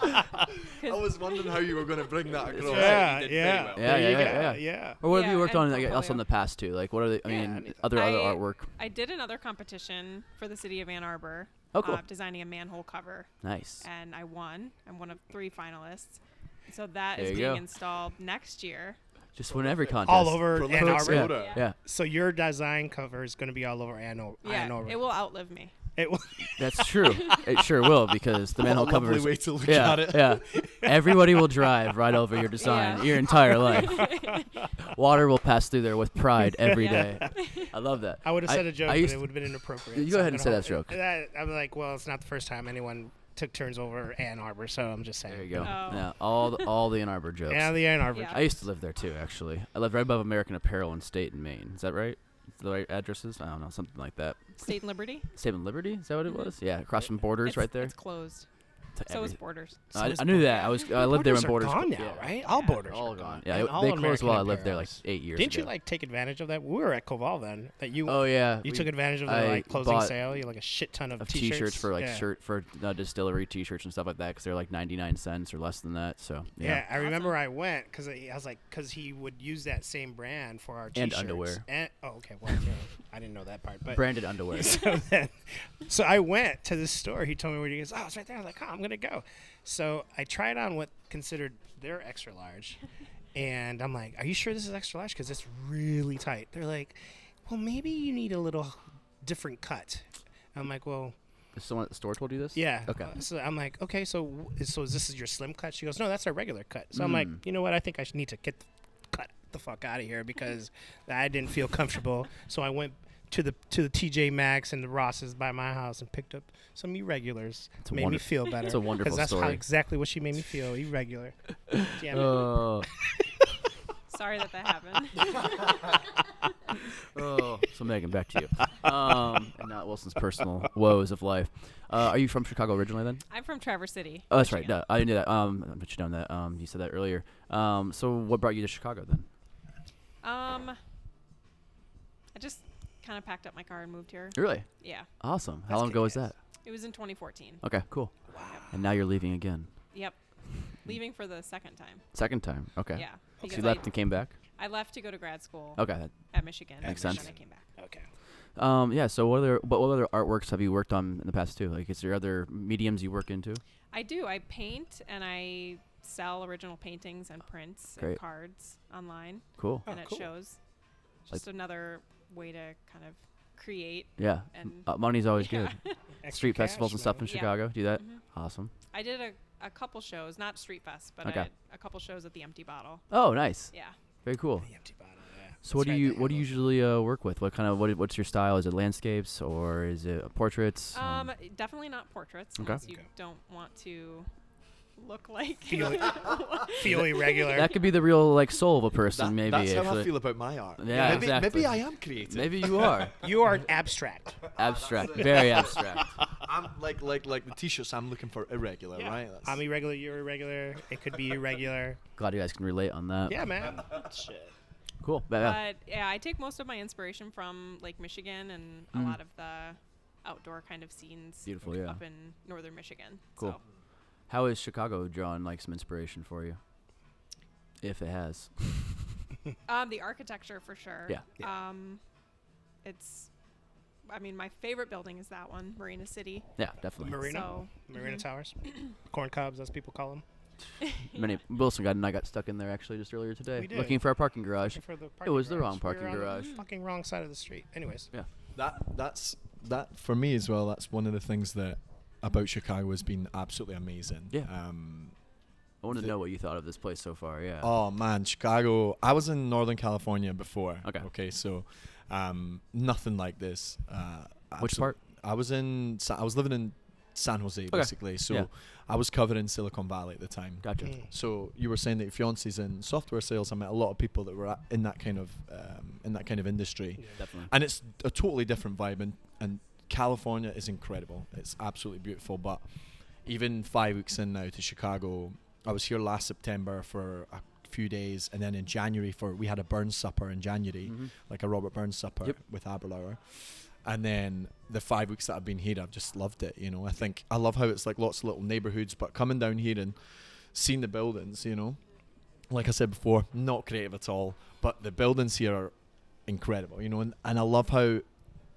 [SPEAKER 1] yeah.
[SPEAKER 3] I was wondering how you were going to bring that across.
[SPEAKER 2] Yeah,
[SPEAKER 3] You did very
[SPEAKER 2] yeah.
[SPEAKER 3] well.
[SPEAKER 1] Yeah,
[SPEAKER 2] There you
[SPEAKER 1] yeah, yeah,
[SPEAKER 2] go.
[SPEAKER 1] yeah.
[SPEAKER 2] yeah.
[SPEAKER 1] [LAUGHS] Or what have
[SPEAKER 4] Yeah,
[SPEAKER 1] you worked
[SPEAKER 4] and
[SPEAKER 1] on like, else
[SPEAKER 4] portfolio.
[SPEAKER 1] in the past too? Like what are the? I
[SPEAKER 2] Yeah, I
[SPEAKER 1] mean,
[SPEAKER 2] mean,
[SPEAKER 1] other other
[SPEAKER 4] I-
[SPEAKER 1] artwork.
[SPEAKER 4] I did another competition for the city of Ann Arbor.
[SPEAKER 1] Oh, cool.
[SPEAKER 4] Uh, designing a manhole cover,
[SPEAKER 1] Nice.
[SPEAKER 4] and I won. I'm one of three finalists. So that
[SPEAKER 1] There
[SPEAKER 4] is
[SPEAKER 1] you
[SPEAKER 4] being
[SPEAKER 1] go.
[SPEAKER 4] installed next year.
[SPEAKER 1] Just win every contest.
[SPEAKER 2] All over
[SPEAKER 3] Prolific
[SPEAKER 2] Ann Arbor.
[SPEAKER 1] Yeah.
[SPEAKER 3] photo.
[SPEAKER 1] Yeah,
[SPEAKER 2] So your design cover is going to be all over Ann, o-
[SPEAKER 4] Yeah,
[SPEAKER 2] Ann Arbor.
[SPEAKER 4] it will outlive me.
[SPEAKER 2] It will. [LAUGHS]
[SPEAKER 1] that's true. it sure will because the manhole
[SPEAKER 3] What a lovely
[SPEAKER 1] covers
[SPEAKER 3] way to look
[SPEAKER 1] yeah,
[SPEAKER 3] at it.
[SPEAKER 1] Yeah. Everybody will drive right over your design
[SPEAKER 4] Yeah.
[SPEAKER 1] your entire
[SPEAKER 4] [LAUGHS]
[SPEAKER 1] life. Water will pass through there with pride every day.
[SPEAKER 4] Yeah.
[SPEAKER 1] I love that.
[SPEAKER 2] I would have said
[SPEAKER 1] a
[SPEAKER 2] a joke,
[SPEAKER 1] I
[SPEAKER 2] but
[SPEAKER 1] used
[SPEAKER 2] it would have been inappropriate.
[SPEAKER 1] You go ahead
[SPEAKER 2] I'm
[SPEAKER 1] and
[SPEAKER 2] gonna
[SPEAKER 1] say
[SPEAKER 2] hold-
[SPEAKER 1] that joke.
[SPEAKER 2] That, I'm like, well, it's not the first time anyone took turns over Ann Arbor, so I'm just saying.
[SPEAKER 1] there you go.
[SPEAKER 4] Oh.
[SPEAKER 1] Yeah, all the, all the Ann Arbor jokes.
[SPEAKER 2] Yeah, the Ann Arbor.
[SPEAKER 4] Yeah.
[SPEAKER 1] I used to live there too, actually. I lived right above American Apparel in State and Maine. Is that right? Is The right addresses? I don't know, something like that.
[SPEAKER 4] State and Liberty.
[SPEAKER 1] State and Liberty? Is that what it
[SPEAKER 4] Mhm.
[SPEAKER 1] was? Yeah, across from Borders,
[SPEAKER 4] it's,
[SPEAKER 1] right there.
[SPEAKER 4] It's closed.
[SPEAKER 1] To
[SPEAKER 4] So is
[SPEAKER 1] everything.
[SPEAKER 4] Borders.
[SPEAKER 2] So
[SPEAKER 1] I,
[SPEAKER 2] is
[SPEAKER 1] I knew that. I was. I lived there
[SPEAKER 2] borders
[SPEAKER 1] when Borders
[SPEAKER 2] are gone
[SPEAKER 1] closed.
[SPEAKER 2] now,
[SPEAKER 1] yeah.
[SPEAKER 2] right? All
[SPEAKER 4] Yeah.
[SPEAKER 2] borders
[SPEAKER 1] Oh, All
[SPEAKER 2] are
[SPEAKER 1] gone.
[SPEAKER 2] gone.
[SPEAKER 1] Yeah,
[SPEAKER 2] And
[SPEAKER 1] they-
[SPEAKER 2] all
[SPEAKER 1] they closed
[SPEAKER 2] American
[SPEAKER 1] while I lived there like
[SPEAKER 2] Apparels.
[SPEAKER 1] eight years
[SPEAKER 2] Didn't
[SPEAKER 1] ago.
[SPEAKER 2] you like take advantage of that? We were at Koval then. That you
[SPEAKER 1] Oh yeah.
[SPEAKER 2] you
[SPEAKER 1] we-
[SPEAKER 2] took advantage of the
[SPEAKER 1] I
[SPEAKER 2] like closing
[SPEAKER 1] bought-
[SPEAKER 2] sale. You like a shit ton of,
[SPEAKER 1] of t-shirts, for like
[SPEAKER 2] Yeah.
[SPEAKER 1] shirt for uh, distillery t-shirts and stuff like that because they're like 99 cents or less than that so
[SPEAKER 2] Yeah,
[SPEAKER 1] yeah,
[SPEAKER 2] I remember I went because I, I was like, because he would use that same brand for our t-shirts.
[SPEAKER 1] And underwear.
[SPEAKER 2] And, oh, okay. Well, yeah, I didn't know that part. But
[SPEAKER 1] branded [LAUGHS]
[SPEAKER 2] [LAUGHS]
[SPEAKER 1] underwear
[SPEAKER 2] so then, so I went to this store. He told me where he goes. Oh, it's right there. I was like, oh, I'm gonna go. So I tried on what considered their extra large, and I'm like, are you sure this is extra large? Because it's really tight. They're like, well, maybe you need a little different cut. I'm like, well,
[SPEAKER 1] Is someone at the store told you this
[SPEAKER 2] yeah.
[SPEAKER 1] okay
[SPEAKER 2] Uh, So I'm like, okay, so w- so is this is your slim cut? She goes, no, that's our regular cut. So I'm like,
[SPEAKER 1] Hmm.
[SPEAKER 2] you know what? I think I should need to get the, cut the fuck out of here because I didn't feel comfortable. so I went to the to the TJ Maxx and the Rosses by my house and picked up some irregulars.
[SPEAKER 1] It's a
[SPEAKER 2] made
[SPEAKER 1] wonder-
[SPEAKER 2] me feel better.
[SPEAKER 1] it's a wonderful
[SPEAKER 2] that's how
[SPEAKER 1] story.
[SPEAKER 2] exactly what she made me feel irregular. Damn it.
[SPEAKER 1] oh,
[SPEAKER 4] Sorry that
[SPEAKER 1] [LAUGHS]
[SPEAKER 4] that happened.
[SPEAKER 1] oh. so megan back to you um and not wilson's personal woes of life uh, are you from chicago originally then
[SPEAKER 4] I'm from Traverse City.
[SPEAKER 1] oh that's right
[SPEAKER 4] Michigan.
[SPEAKER 1] no, i didn't know that um i bet you know that um you said that earlier um so what brought you to chicago then
[SPEAKER 4] Um, I just kind of packed up my car and moved here.
[SPEAKER 1] really
[SPEAKER 4] Yeah,
[SPEAKER 1] awesome how
[SPEAKER 2] That's
[SPEAKER 1] long ago was
[SPEAKER 2] kick-ass.
[SPEAKER 1] that
[SPEAKER 4] it was in 2014.
[SPEAKER 1] okay cool and now you're leaving again
[SPEAKER 4] Yep, leaving for the second time.
[SPEAKER 1] second time okay
[SPEAKER 4] Yeah,
[SPEAKER 1] so
[SPEAKER 4] because
[SPEAKER 1] you left
[SPEAKER 4] I,
[SPEAKER 1] and came back
[SPEAKER 4] I left to go to grad school
[SPEAKER 1] okay that-
[SPEAKER 4] at Michigan.
[SPEAKER 1] Makes
[SPEAKER 4] and
[SPEAKER 1] sense.
[SPEAKER 4] Then I came back.
[SPEAKER 2] Okay.
[SPEAKER 1] Um, yeah. So, what other but what other artworks have you worked on in the past too? Like, is there other mediums you work into?
[SPEAKER 4] I do. I paint and I sell original paintings and prints
[SPEAKER 1] Great.
[SPEAKER 4] and cards online,
[SPEAKER 1] Cool.
[SPEAKER 2] Oh,
[SPEAKER 4] and it
[SPEAKER 2] cool.
[SPEAKER 4] shows. It's
[SPEAKER 1] Like-
[SPEAKER 4] Just another way to kind of create.
[SPEAKER 1] Yeah.
[SPEAKER 4] And-
[SPEAKER 1] Uh, money's always
[SPEAKER 4] Yeah.
[SPEAKER 1] good.
[SPEAKER 2] Extra
[SPEAKER 1] Street
[SPEAKER 2] cash,
[SPEAKER 1] festivals and stuff in
[SPEAKER 2] man.
[SPEAKER 4] Yeah.
[SPEAKER 1] Chicago. Do that.
[SPEAKER 4] Mhm.
[SPEAKER 1] Awesome.
[SPEAKER 4] [LAUGHS] I did a, a couple shows, not Street Fest, but
[SPEAKER 1] Okay.
[SPEAKER 4] I did a couple shows at the Empty Bottle.
[SPEAKER 1] Oh, nice.
[SPEAKER 4] Yeah.
[SPEAKER 1] Very cool.
[SPEAKER 2] The empty bottle, yeah. It's
[SPEAKER 1] So what do
[SPEAKER 2] right
[SPEAKER 1] you
[SPEAKER 2] there,
[SPEAKER 1] what do you
[SPEAKER 2] elbow.
[SPEAKER 1] usually uh, work with? What kind of what what's your style? Is it landscapes or is it portraits?
[SPEAKER 4] Um, definitely not portraits
[SPEAKER 1] Okay.
[SPEAKER 4] unless you
[SPEAKER 2] Okay.
[SPEAKER 4] don't want to look like
[SPEAKER 2] Feel it. feel
[SPEAKER 4] Um,
[SPEAKER 2] irregular?
[SPEAKER 1] that could be the real like soul of a person,
[SPEAKER 3] That-
[SPEAKER 1] maybe.
[SPEAKER 3] That's how
[SPEAKER 1] actually.
[SPEAKER 3] I feel about my art.
[SPEAKER 1] Yeah,
[SPEAKER 3] maybe,
[SPEAKER 1] exactly.
[SPEAKER 3] maybe I am creative.
[SPEAKER 1] Maybe you
[SPEAKER 3] [LAUGHS]
[SPEAKER 1] are
[SPEAKER 2] you are abstract.
[SPEAKER 1] abstract, very abstract.
[SPEAKER 3] I'm like like like the t-shirts I'm looking for irregular,
[SPEAKER 4] Yeah.
[SPEAKER 3] right? That's-
[SPEAKER 2] I'm irregular. You're irregular. It could be irregular.
[SPEAKER 1] Glad you guys can relate on that.
[SPEAKER 2] Yeah, man. Shit.
[SPEAKER 1] Cool. But, yeah.
[SPEAKER 4] But yeah, I take most of my inspiration from Lake Michigan and a lot of the outdoor kind of scenes
[SPEAKER 1] Mm. Beautiful, yeah.
[SPEAKER 4] up in northern Michigan.
[SPEAKER 1] Cool.
[SPEAKER 4] So
[SPEAKER 1] How is Chicago drawing like some inspiration for you? If it has.
[SPEAKER 4] Um, the architecture for sure.
[SPEAKER 1] Yeah.
[SPEAKER 4] Um, it's, I mean, my favorite building is that one, Marina City.
[SPEAKER 1] Yeah, definitely.
[SPEAKER 2] Marina,
[SPEAKER 4] So
[SPEAKER 2] Marina Towers, corn cobs, as people call them.
[SPEAKER 1] Many Wilson got and I got stuck in there actually just earlier today,
[SPEAKER 2] We did.
[SPEAKER 1] looking for our parking garage.
[SPEAKER 2] For the
[SPEAKER 1] It was the
[SPEAKER 2] parking garage.
[SPEAKER 1] wrong
[SPEAKER 2] We
[SPEAKER 1] parking
[SPEAKER 2] were on
[SPEAKER 1] garage.
[SPEAKER 2] the Fucking wrong side of the street. Anyways,
[SPEAKER 1] Yeah.
[SPEAKER 3] that that's that for me as well. That's one of the things that about Chicago has been absolutely amazing.
[SPEAKER 1] Yeah.
[SPEAKER 3] Um,
[SPEAKER 1] I want to
[SPEAKER 3] The-
[SPEAKER 1] know what you thought of this place so far. Yeah.
[SPEAKER 3] Oh man, Chicago. I was in Northern California before.
[SPEAKER 1] Okay.
[SPEAKER 3] Okay, so um, nothing like this. Uh,
[SPEAKER 1] Which
[SPEAKER 3] absol-
[SPEAKER 1] part?
[SPEAKER 3] I was in. Sa- I was living in San Jose basically. So
[SPEAKER 1] Yeah.
[SPEAKER 3] I was covering Silicon Valley at the time.
[SPEAKER 1] Gotcha.
[SPEAKER 2] Mm.
[SPEAKER 3] So you were saying that your fiance's in software sales. I met a lot of people that were at- in that kind of um, in that kind of industry,
[SPEAKER 1] Definitely.
[SPEAKER 3] and it's a totally different vibe. And, and California is incredible. It's absolutely beautiful. But even five weeks in now to Chicago, I was here last September for a few days, and then in January for we had a Burns supper in January,
[SPEAKER 1] Mhm.
[SPEAKER 3] like a Robert Burns supper
[SPEAKER 1] Yep.
[SPEAKER 3] with Aberlour. And then the five weeks that I've been here, I've just loved it. You know, I think I love how it's like lots of little neighborhoods, but coming down here and seeing the buildings, you know, like I said before, not creative at all, but the buildings here are incredible, you know, and, and I love how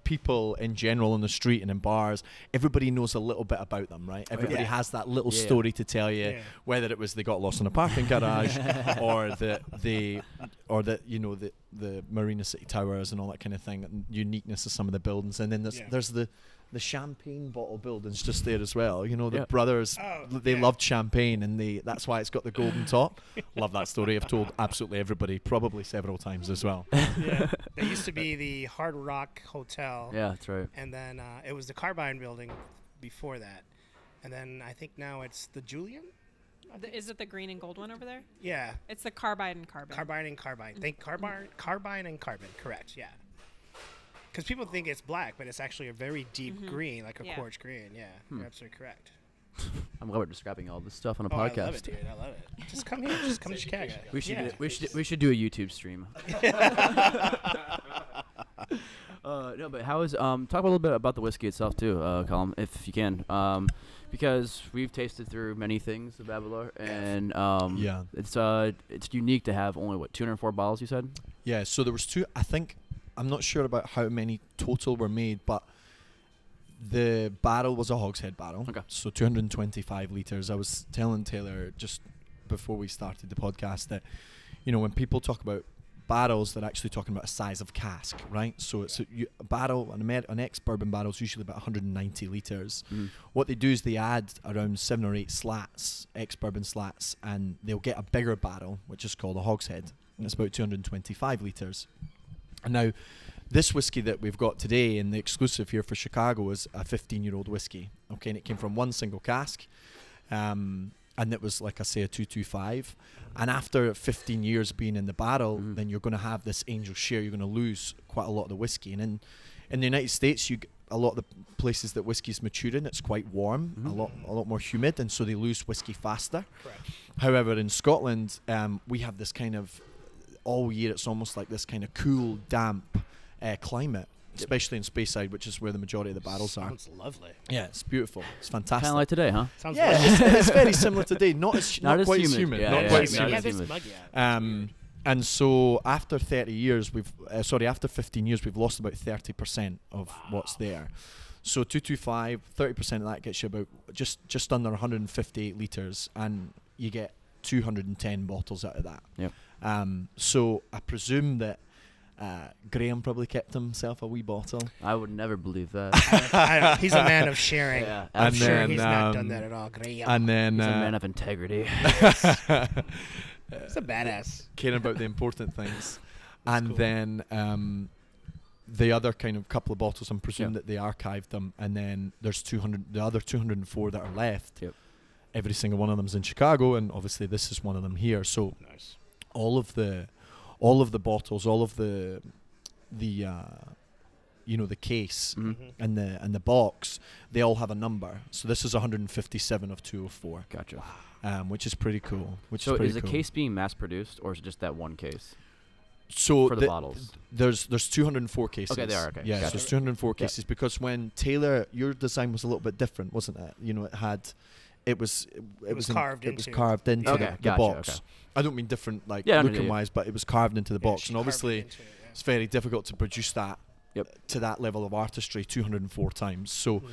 [SPEAKER 3] people in general on the street and in bars, everybody knows a little bit about them, right? Everybody
[SPEAKER 2] Oh, Yeah.
[SPEAKER 3] has that little
[SPEAKER 1] Yeah.
[SPEAKER 3] story to tell you,
[SPEAKER 2] Yeah.
[SPEAKER 3] whether it was they got lost in a parking garage or that they, or that, you know, the, the Marina City Towers and all that kind of thing, and uniqueness of some of the buildings. And then there's,
[SPEAKER 2] Yeah.
[SPEAKER 3] there's the, the champagne bottle buildings just there as well. You know, the
[SPEAKER 1] Yeah.
[SPEAKER 3] brothers,
[SPEAKER 2] Oh,
[SPEAKER 3] they
[SPEAKER 2] yeah.
[SPEAKER 3] loved champagne and they, that's why it's got the
[SPEAKER 2] [LAUGHS]
[SPEAKER 3] golden top. Love that story. I've told absolutely everybody, probably several times as well.
[SPEAKER 2] yeah. There used to be the Hard Rock Hotel,
[SPEAKER 1] Yeah, that's right.
[SPEAKER 2] and then uh, it was the Carbine Building before that, and then I think now it's the Julian.
[SPEAKER 4] the, is it the green and gold one over there?
[SPEAKER 2] Yeah,
[SPEAKER 4] It's the carbide and carbon.
[SPEAKER 2] Carbine and Carbine. Think Carbine, Carbine and Carbon. Correct. Yeah. Because people think it's black, but it's actually a very deep green, like a
[SPEAKER 4] Yeah.
[SPEAKER 2] quartz green. Yeah,
[SPEAKER 3] Hmm.
[SPEAKER 2] you're absolutely correct.
[SPEAKER 1] I'm glad we're describing all this stuff on a
[SPEAKER 2] Oh,
[SPEAKER 1] podcast.
[SPEAKER 2] I love it, dude. I love it. Just come here. Just come to Chicago.
[SPEAKER 1] We should
[SPEAKER 2] Yeah.
[SPEAKER 1] do, we should we should do a YouTube stream. [LAUGHS] uh, no, but how is um talk a little bit about the whiskey itself too, uh, Colin, if you can, um, because we've tasted through many things of Babalar, and um
[SPEAKER 3] Yeah.
[SPEAKER 1] it's uh it's unique to have only what 204 bottles you said.
[SPEAKER 3] Yeah, so there was two. I think I'm not sure about how many total were made, but the barrel was a hogshead barrel.
[SPEAKER 1] Okay.
[SPEAKER 3] So 225 liters. I was telling Taylor just before we started the podcast that you know when people talk about barrels, they're actually talking about a size of cask, right? So it's a, you, a barrel, an, Amer- an ex-bourbon barrel is usually about 190 liters.
[SPEAKER 1] Mm-hmm.
[SPEAKER 3] What they do is they add around seven or eight slats, ex-bourbon slats, and they'll get a bigger barrel, which is called a hogshead, and it's about 225 liters. And now, this whiskey that we've got today and the exclusive here for Chicago is a 15 year old whiskey. Okay, and it came from one single cask. Um, and it was, like I say, a 225. And after 15 years being in the barrel,
[SPEAKER 1] Mhm.
[SPEAKER 3] then you're going to have this angel share. You're going to lose quite a lot of the whiskey. And in, in the United States, you g- a lot of the places that whiskey's mature in, it's quite warm, a
[SPEAKER 1] Mhm.
[SPEAKER 3] lot a lot more humid, and so they lose whiskey faster.
[SPEAKER 2] Correct.
[SPEAKER 3] However, in Scotland, um, we have this kind of all year. It's almost like this kind of cool, damp uh, climate, especially in Speyside, which is where the majority of the barrels are.
[SPEAKER 2] Sounds lovely.
[SPEAKER 3] Yeah, it's beautiful. It's
[SPEAKER 1] Kind
[SPEAKER 3] fantastic.
[SPEAKER 1] of like today, huh?
[SPEAKER 2] Sounds
[SPEAKER 3] [LAUGHS] yeah,
[SPEAKER 2] lovely.
[SPEAKER 3] it's, it's very similar today. Not
[SPEAKER 1] [LAUGHS]
[SPEAKER 3] as
[SPEAKER 1] Not
[SPEAKER 3] not,
[SPEAKER 1] as
[SPEAKER 3] quite as
[SPEAKER 1] humid.
[SPEAKER 3] humid.
[SPEAKER 1] Yeah,
[SPEAKER 3] not
[SPEAKER 1] yeah,
[SPEAKER 3] quite
[SPEAKER 1] yeah.
[SPEAKER 3] as
[SPEAKER 1] Not
[SPEAKER 3] humid.
[SPEAKER 1] as humid.
[SPEAKER 3] Um, and so after 30 years, we've uh, sorry, after 15 years, we've lost about 30% of what's there. So 225, 30% of that gets you about just just under 158 liters, and you get 210 bottles out of that.
[SPEAKER 1] Yep.
[SPEAKER 3] Um, so I presume that uh, Graham probably kept himself a wee bottle.
[SPEAKER 1] I would never believe that.
[SPEAKER 2] [LAUGHS] I don't- he's a man of sharing.
[SPEAKER 1] yeah,
[SPEAKER 3] And
[SPEAKER 2] I'm
[SPEAKER 1] I'm
[SPEAKER 2] sure
[SPEAKER 1] sure
[SPEAKER 3] then,
[SPEAKER 2] he's not done
[SPEAKER 3] um,
[SPEAKER 2] that at all. Graham.
[SPEAKER 3] And then
[SPEAKER 1] he's a
[SPEAKER 3] uh,
[SPEAKER 1] man of integrity.
[SPEAKER 3] [LAUGHS]
[SPEAKER 2] he's a badass.
[SPEAKER 3] caring about the
[SPEAKER 1] [LAUGHS]
[SPEAKER 3] important things. and
[SPEAKER 2] cool.
[SPEAKER 3] then um, the other kind of couple of bottles, I'm presuming
[SPEAKER 1] Yeah.
[SPEAKER 3] that they archived them. And then there's 200, the other 204 that are left.
[SPEAKER 1] Yep.
[SPEAKER 3] Every single one of them's in Chicago, and obviously this is one of them here. So
[SPEAKER 2] Nice.
[SPEAKER 3] all of the, all of the bottles, all of the, the, uh, you know, the case
[SPEAKER 1] Mhm.
[SPEAKER 2] Mhm.
[SPEAKER 3] and the and the box, they all have a number. So this is 157 of 204,
[SPEAKER 1] Gotcha.
[SPEAKER 3] um, which is pretty cool. Which
[SPEAKER 1] So
[SPEAKER 3] is pretty
[SPEAKER 1] is the
[SPEAKER 3] cool.
[SPEAKER 1] case being mass produced, or is it just that one case
[SPEAKER 3] so
[SPEAKER 1] for the,
[SPEAKER 3] the-
[SPEAKER 1] bottles?
[SPEAKER 3] There's there's 204 cases.
[SPEAKER 1] they are, okay,
[SPEAKER 3] Yeah, so
[SPEAKER 1] gotcha.
[SPEAKER 3] there's 204 cases because when Taylor, your design was a little bit different, wasn't it? You know, it had, it was it,
[SPEAKER 2] was
[SPEAKER 3] in-
[SPEAKER 2] carved
[SPEAKER 3] it was
[SPEAKER 2] into-
[SPEAKER 3] carved into
[SPEAKER 1] Okay,
[SPEAKER 3] the, the
[SPEAKER 1] gotcha,
[SPEAKER 3] box.
[SPEAKER 1] okay.
[SPEAKER 3] I don't mean different like
[SPEAKER 1] Yeah, I know
[SPEAKER 3] looking
[SPEAKER 1] you-
[SPEAKER 3] wise, but it was carved into the
[SPEAKER 2] Yeah,
[SPEAKER 3] box,
[SPEAKER 2] she
[SPEAKER 3] and
[SPEAKER 2] carved it
[SPEAKER 3] obviously
[SPEAKER 2] into it, yeah.
[SPEAKER 3] it's very difficult to produce that.
[SPEAKER 1] Yep.
[SPEAKER 3] To that level of artistry, 204 times. So
[SPEAKER 2] Mhm.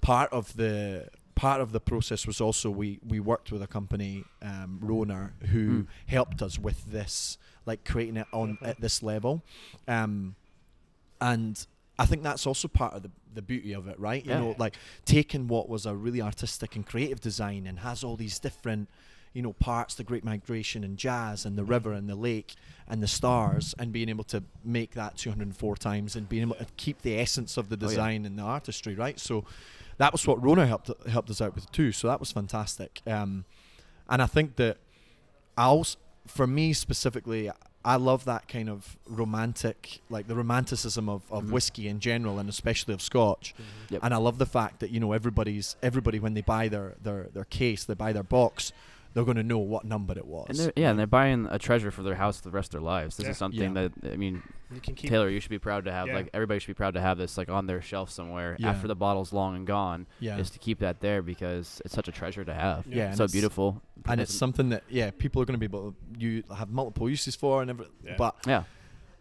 [SPEAKER 3] part of the part of the process was also we we worked with a company um, Roner who
[SPEAKER 1] Mm.
[SPEAKER 3] helped us with this like creating it on
[SPEAKER 2] Mhm.
[SPEAKER 3] at this level um, and I think that's also part of the, the beauty of it right
[SPEAKER 1] Yeah.
[SPEAKER 3] you know like taking what was a really artistic and creative design and has all these different you know parts the great migration and jazz and the river and the lake and the stars and being able to make that 204 times and being able to keep the essence of the
[SPEAKER 1] yeah.
[SPEAKER 3] design and the artistry right so that was what Rona helped helped us out with too. So that was fantastic. Um, and I think that I also, for me specifically, I love that kind of romantic, like the romanticism of, of
[SPEAKER 1] Mhm.
[SPEAKER 3] whiskey in general, and especially of Scotch.
[SPEAKER 2] Mm-hmm.
[SPEAKER 1] Yep.
[SPEAKER 3] And I love the fact that you know everybody's everybody when they buy their their, their case, they buy their box, they're going to know what number it was.
[SPEAKER 1] And they're, yeah, and they're buying a treasure for their house for the rest of their lives. This
[SPEAKER 2] Yeah.
[SPEAKER 1] is something
[SPEAKER 3] Yeah.
[SPEAKER 1] that I mean,
[SPEAKER 2] You can keep
[SPEAKER 1] Taylor, you should be proud to have.
[SPEAKER 2] Yeah.
[SPEAKER 1] Like everybody should be proud to have this like on their shelf somewhere
[SPEAKER 3] Yeah.
[SPEAKER 1] after the bottle's long and gone.
[SPEAKER 3] yeah.
[SPEAKER 1] Is to keep that there because it's such a treasure to have.
[SPEAKER 3] Yeah, and
[SPEAKER 1] so
[SPEAKER 3] it's-
[SPEAKER 1] beautiful.
[SPEAKER 3] and it's something that yeah, people are going to be able to, you have multiple uses for and every,
[SPEAKER 2] Yeah.
[SPEAKER 3] but
[SPEAKER 1] yeah.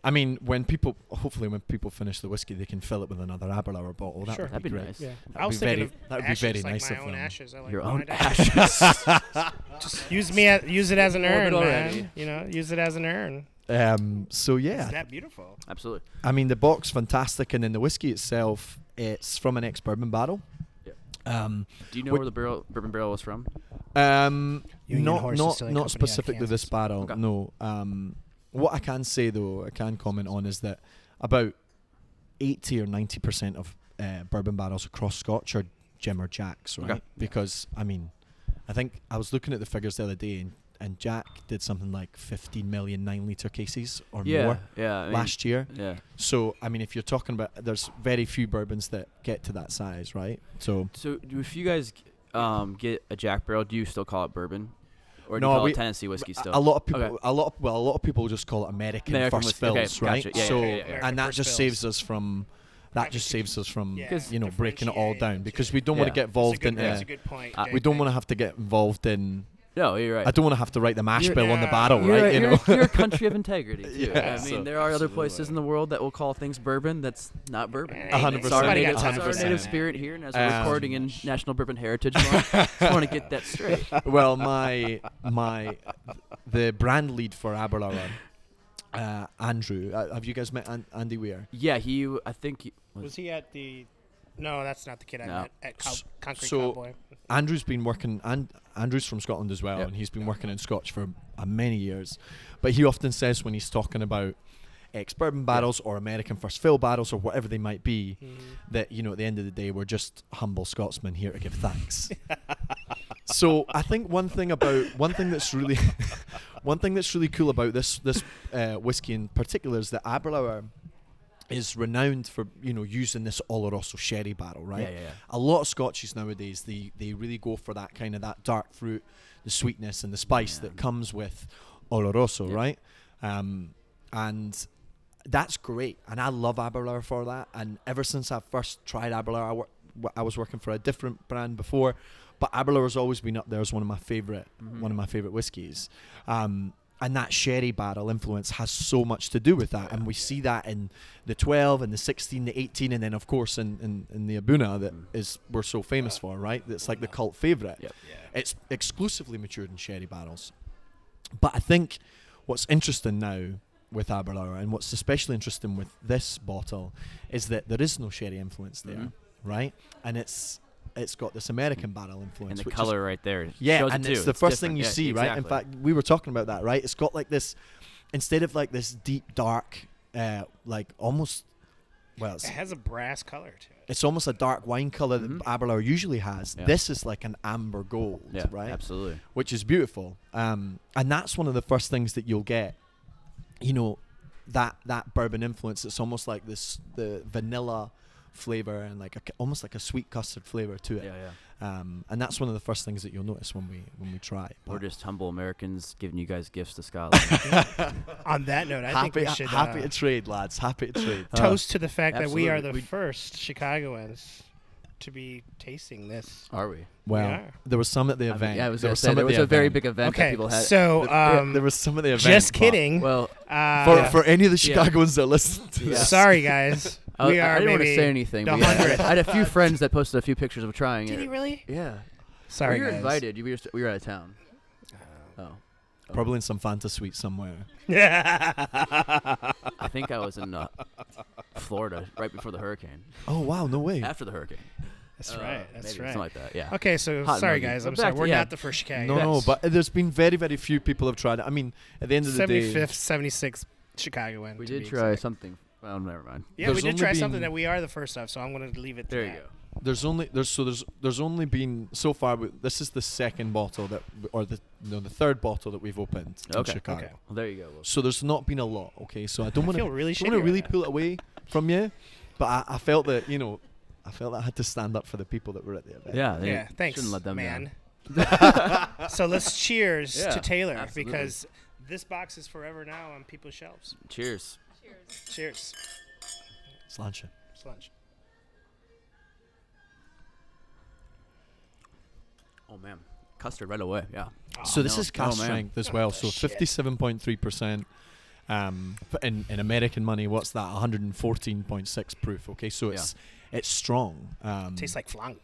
[SPEAKER 3] I mean, when people, hopefully, when people finish the whiskey, they can fill it with another Aberlour bottle. That
[SPEAKER 2] Sure.
[SPEAKER 3] would
[SPEAKER 1] That'd
[SPEAKER 3] be
[SPEAKER 1] be
[SPEAKER 3] great.
[SPEAKER 1] nice.
[SPEAKER 2] Yeah.
[SPEAKER 3] That'd
[SPEAKER 2] I was
[SPEAKER 3] be very-
[SPEAKER 2] thinking of
[SPEAKER 3] that would be
[SPEAKER 2] ashes,
[SPEAKER 3] very
[SPEAKER 2] like
[SPEAKER 3] nice
[SPEAKER 2] my
[SPEAKER 3] of
[SPEAKER 2] own
[SPEAKER 3] them.
[SPEAKER 2] ashes. I like
[SPEAKER 1] Your
[SPEAKER 2] my
[SPEAKER 1] own
[SPEAKER 2] ashes.
[SPEAKER 1] ashes.
[SPEAKER 2] [LAUGHS] Just use me. a- Use it as an
[SPEAKER 1] Hold it
[SPEAKER 2] urn,
[SPEAKER 1] already.
[SPEAKER 2] man. You know, use it as an urn.
[SPEAKER 3] Um, so
[SPEAKER 2] It's
[SPEAKER 3] yeah,
[SPEAKER 2] that beautiful.
[SPEAKER 1] Absolutely.
[SPEAKER 3] I mean, the box fantastic, and then the whiskey itself, it's from an ex bourbon barrel.
[SPEAKER 1] Yep.
[SPEAKER 3] Um,
[SPEAKER 1] Do you know
[SPEAKER 3] Wh-
[SPEAKER 1] where the barrel, bourbon barrel was from?
[SPEAKER 3] um,
[SPEAKER 2] Union
[SPEAKER 3] not
[SPEAKER 2] Horse
[SPEAKER 3] not
[SPEAKER 2] Distilling Company out
[SPEAKER 3] not
[SPEAKER 2] of
[SPEAKER 3] specifically this
[SPEAKER 2] Kansas.
[SPEAKER 3] barrel.
[SPEAKER 1] Okay.
[SPEAKER 3] No. Um, what I can say though, I can comment on is that about eighty or ninety percent of uh, bourbon barrels across Scotch are Jim or Jack's, right?
[SPEAKER 1] Okay.
[SPEAKER 3] Because I mean, I think I was looking at the figures the other day, and, and Jack did something like 15 million nine liter cases or
[SPEAKER 1] yeah.
[SPEAKER 3] more
[SPEAKER 1] Yeah. I mean,
[SPEAKER 3] last year.
[SPEAKER 1] Yeah.
[SPEAKER 3] So I mean, if you're talking about, there's very few bourbons that get to that size, right? So
[SPEAKER 1] So do- if you guys um, get a Jack barrel, do you still call it bourbon, or do
[SPEAKER 3] No,
[SPEAKER 1] you call
[SPEAKER 3] we-
[SPEAKER 1] it Tennessee whiskey still?
[SPEAKER 3] a lot of people,
[SPEAKER 1] Okay.
[SPEAKER 3] a lot, of, well, a lot of people just call it American,
[SPEAKER 1] American
[SPEAKER 3] first
[SPEAKER 1] whiskey. Okay,
[SPEAKER 3] fills, right?
[SPEAKER 1] gotcha. Yeah, yeah,
[SPEAKER 3] so
[SPEAKER 1] yeah, yeah, yeah.
[SPEAKER 3] and that
[SPEAKER 2] First
[SPEAKER 3] just
[SPEAKER 2] fills.
[SPEAKER 3] saves us from, that just
[SPEAKER 2] Packaging.
[SPEAKER 3] saves us from,
[SPEAKER 2] Yeah.
[SPEAKER 3] you know, breaking it all
[SPEAKER 2] Differentiate
[SPEAKER 3] down
[SPEAKER 2] it.
[SPEAKER 3] because we don't want
[SPEAKER 1] Yeah.
[SPEAKER 3] to get
[SPEAKER 2] That's a
[SPEAKER 3] involved
[SPEAKER 2] good,
[SPEAKER 3] in.
[SPEAKER 2] that's
[SPEAKER 3] uh,
[SPEAKER 2] a good point.
[SPEAKER 1] Uh,
[SPEAKER 2] Jay.
[SPEAKER 3] we don't want to
[SPEAKER 2] Thank-
[SPEAKER 3] have to get involved in.
[SPEAKER 1] No, you're right.
[SPEAKER 3] I don't want to have to write the mash
[SPEAKER 1] You're-
[SPEAKER 3] bill on the
[SPEAKER 2] Yeah.
[SPEAKER 3] barrel,
[SPEAKER 1] You're, a-
[SPEAKER 3] right? You
[SPEAKER 1] you're [LAUGHS]
[SPEAKER 3] know. [LAUGHS]
[SPEAKER 1] a- you're a country of integrity. Too.
[SPEAKER 3] Yeah.
[SPEAKER 1] I mean,
[SPEAKER 3] So-
[SPEAKER 1] there are other places
[SPEAKER 3] absolutely.
[SPEAKER 1] in the world that will call things bourbon that's not bourbon.
[SPEAKER 2] Hey,
[SPEAKER 3] A hundred
[SPEAKER 1] It's our
[SPEAKER 3] percent.
[SPEAKER 1] native,
[SPEAKER 3] Somebody got
[SPEAKER 1] it's our
[SPEAKER 3] time for
[SPEAKER 1] native
[SPEAKER 3] that.
[SPEAKER 1] spirit here, and as we're
[SPEAKER 3] Um,
[SPEAKER 1] recording in National Bourbon Heritage
[SPEAKER 3] [LAUGHS]
[SPEAKER 1] Month, I just want to get that straight.
[SPEAKER 3] well, my my the brand lead for Aberlour, uh, Andrew. Uh, have you guys met An- Andy Weir?
[SPEAKER 1] Yeah, he. I think. He,
[SPEAKER 2] Was he at the? No, that's not the kid I
[SPEAKER 1] No.
[SPEAKER 2] met at Cow-
[SPEAKER 3] S-
[SPEAKER 2] Concrete
[SPEAKER 3] so-
[SPEAKER 2] Cowboy.
[SPEAKER 3] Andrew's been working, and Andrew's from Scotland as well,
[SPEAKER 1] Yep.
[SPEAKER 3] and he's been working in Scotch for uh, many years. But he often says when he's talking about ex bourbon barrels or American first fill barrels or whatever they might be,
[SPEAKER 2] Mm-hmm.
[SPEAKER 3] that you know at the end of the day we're just humble Scotsmen here to
[SPEAKER 1] [LAUGHS]
[SPEAKER 3] give thanks. so I think one thing about one thing that's really [LAUGHS] one thing that's really cool about this this uh, whiskey in particular is that Aberlour is renowned for you know using this Oloroso sherry barrel, right?
[SPEAKER 1] Yeah, yeah, yeah.
[SPEAKER 3] a lot of scotches nowadays they they really go for that kind of that dark fruit the sweetness and the spice that comes with oloroso
[SPEAKER 1] Yeah.
[SPEAKER 3] right um and that's great and i love aberlour for that and ever since i first tried aberlour i, wor- w- I was working for a different brand before but aberlour has always been up there as one of my favorite one of my favorite whiskies um and that sherry barrel influence has so much to do with that. And we see that in the 12 and the 16, the 18, and then, of course, in, in, in the Abuna that
[SPEAKER 1] Mm.
[SPEAKER 3] is we're so famous for, right? That's like the cult favorite.
[SPEAKER 1] Yep.
[SPEAKER 2] Yeah.
[SPEAKER 3] It's exclusively matured in sherry barrels. But I think what's interesting now with Aberlour and what's especially interesting with this bottle is that there is no sherry influence there,
[SPEAKER 1] Mhm.
[SPEAKER 3] right? And it's it's got this American barrel influence.
[SPEAKER 1] and the
[SPEAKER 3] which is-
[SPEAKER 1] color right there.
[SPEAKER 3] yeah,
[SPEAKER 1] shows it
[SPEAKER 3] and
[SPEAKER 1] too.
[SPEAKER 3] it's the first
[SPEAKER 1] different.
[SPEAKER 3] thing you
[SPEAKER 1] Yeah,
[SPEAKER 3] see, right? In
[SPEAKER 1] exactly.
[SPEAKER 3] fact, we were talking about that, right? It's got like this instead of like this deep dark, uh, like almost well,
[SPEAKER 2] It
[SPEAKER 3] it's,
[SPEAKER 2] has a brass color to it.
[SPEAKER 3] it's almost a dark wine color
[SPEAKER 1] Mhm.
[SPEAKER 3] that Aberlour usually has.
[SPEAKER 1] Yeah.
[SPEAKER 3] This is like an amber gold,
[SPEAKER 1] yeah,
[SPEAKER 3] right?
[SPEAKER 1] Absolutely.
[SPEAKER 3] which is beautiful. Um, and that's one of the first things that you'll get. You know, that that bourbon influence. It's almost like this the vanilla flavor and like a, almost like a sweet custard flavor to
[SPEAKER 1] Yeah,
[SPEAKER 3] it.
[SPEAKER 1] yeah.
[SPEAKER 3] Um, and that's one of the first things that you'll notice when we when we try.
[SPEAKER 1] We're
[SPEAKER 3] But
[SPEAKER 1] just humble Americans giving you guys gifts
[SPEAKER 3] [LAUGHS]
[SPEAKER 1] to Scotland.
[SPEAKER 2] On that note, I think
[SPEAKER 3] happy
[SPEAKER 2] we should
[SPEAKER 3] happy
[SPEAKER 2] uh,
[SPEAKER 3] uh, to trade, lads. Happy to trade.
[SPEAKER 2] toast to the fact that we are
[SPEAKER 1] absolutely.
[SPEAKER 2] the
[SPEAKER 1] We-
[SPEAKER 2] first Chicagoans to be tasting this.
[SPEAKER 1] Are we?
[SPEAKER 3] well,
[SPEAKER 2] Yeah.
[SPEAKER 3] there was some at the
[SPEAKER 1] I mean,
[SPEAKER 3] event.
[SPEAKER 1] yeah, I was
[SPEAKER 3] there
[SPEAKER 1] gonna
[SPEAKER 3] was
[SPEAKER 1] say
[SPEAKER 3] some
[SPEAKER 1] there
[SPEAKER 3] at
[SPEAKER 1] was
[SPEAKER 3] the
[SPEAKER 1] a very
[SPEAKER 3] event.
[SPEAKER 1] big event that
[SPEAKER 2] Okay,
[SPEAKER 1] people had.
[SPEAKER 2] so
[SPEAKER 3] There-
[SPEAKER 2] um,
[SPEAKER 3] there was some at the event.
[SPEAKER 2] just
[SPEAKER 3] but
[SPEAKER 2] kidding.
[SPEAKER 1] well,
[SPEAKER 2] uh,
[SPEAKER 3] For, for any of the
[SPEAKER 1] Yeah.
[SPEAKER 3] Chicagoans that listen to
[SPEAKER 1] Yeah.
[SPEAKER 3] this,
[SPEAKER 2] sorry
[SPEAKER 1] [LAUGHS]
[SPEAKER 2] guys,
[SPEAKER 1] I,
[SPEAKER 2] we
[SPEAKER 1] I-
[SPEAKER 2] are
[SPEAKER 1] I didn't want
[SPEAKER 2] maybe
[SPEAKER 1] to say anything.
[SPEAKER 2] the
[SPEAKER 1] but yeah, I had-
[SPEAKER 2] 100th.
[SPEAKER 1] I had a
[SPEAKER 2] [LAUGHS]
[SPEAKER 1] few friends that posted a few pictures of trying
[SPEAKER 2] Did
[SPEAKER 1] it.
[SPEAKER 2] he really?
[SPEAKER 1] Yeah.
[SPEAKER 2] Sorry,
[SPEAKER 1] we were
[SPEAKER 2] guys. [LAUGHS]
[SPEAKER 1] invited. You- We were, st- we were out of town. Oh.
[SPEAKER 3] probably in some Fanta suite somewhere.
[SPEAKER 1] I think I was in uh, Florida right before the hurricane.
[SPEAKER 3] Oh wow, no way.
[SPEAKER 1] After the hurricane.
[SPEAKER 2] That's
[SPEAKER 1] Uh,
[SPEAKER 2] right. That's
[SPEAKER 1] maybe,
[SPEAKER 2] right.
[SPEAKER 1] Something like that. Yeah.
[SPEAKER 2] Okay, so
[SPEAKER 1] Hot
[SPEAKER 2] sorry
[SPEAKER 1] and muggy.
[SPEAKER 2] guys,
[SPEAKER 1] But
[SPEAKER 2] I'm
[SPEAKER 1] back
[SPEAKER 2] sorry.
[SPEAKER 1] to-
[SPEAKER 2] We're
[SPEAKER 1] yeah.
[SPEAKER 2] not the first Chicagoans.
[SPEAKER 3] No, no, but there's been very, very few people have tried it. I mean, at the end of the
[SPEAKER 2] seventy
[SPEAKER 3] day,
[SPEAKER 2] fifth, seventy sixth Chicagoan.
[SPEAKER 1] We
[SPEAKER 2] to
[SPEAKER 1] did
[SPEAKER 2] be
[SPEAKER 1] try
[SPEAKER 2] exact.
[SPEAKER 1] something. Well, never mind.
[SPEAKER 2] Yeah,
[SPEAKER 3] There's
[SPEAKER 2] we did
[SPEAKER 3] only
[SPEAKER 2] try
[SPEAKER 3] been-
[SPEAKER 2] something that we are the first of, so I'm going to leave it. to
[SPEAKER 1] There you
[SPEAKER 2] that.
[SPEAKER 1] go.
[SPEAKER 3] there's only there's so there's there's only been so far. we- This is the second bottle that, or the no, the third bottle that we've opened
[SPEAKER 1] Okay.
[SPEAKER 3] in Chicago.
[SPEAKER 2] Okay.
[SPEAKER 1] Well, there you go. Will.
[SPEAKER 3] So there's not been a lot. Okay, so I don't want
[SPEAKER 2] I feel
[SPEAKER 3] to
[SPEAKER 2] really shitty.
[SPEAKER 3] want to
[SPEAKER 2] right
[SPEAKER 3] really
[SPEAKER 2] now.
[SPEAKER 3] pull it away from you, but I, I felt that you know, I felt that I had to stand up for the people that were at the event.
[SPEAKER 1] Yeah. they
[SPEAKER 2] Yeah, thanks,
[SPEAKER 1] Shouldn't let them
[SPEAKER 2] man. [LAUGHS]
[SPEAKER 1] down.
[SPEAKER 2] so let's cheers
[SPEAKER 1] Yeah,
[SPEAKER 2] to Taylor
[SPEAKER 1] absolutely.
[SPEAKER 2] because this box is forever now on people's shelves.
[SPEAKER 1] [LAUGHS] Cheers.
[SPEAKER 2] Cheers.
[SPEAKER 3] it's luncheon.
[SPEAKER 2] It's lunch.
[SPEAKER 1] Oh man, custard right away. Yeah.
[SPEAKER 3] so this
[SPEAKER 1] no.
[SPEAKER 3] is cast
[SPEAKER 1] Oh, man.
[SPEAKER 3] strength as well. So
[SPEAKER 2] shit.
[SPEAKER 3] fifty-seven point three percent. Um, f- in, in American money, what's that? One hundred and fourteen point six proof. Okay, so
[SPEAKER 1] Yeah.
[SPEAKER 3] it's it's strong. Um,
[SPEAKER 2] Tastes like flan.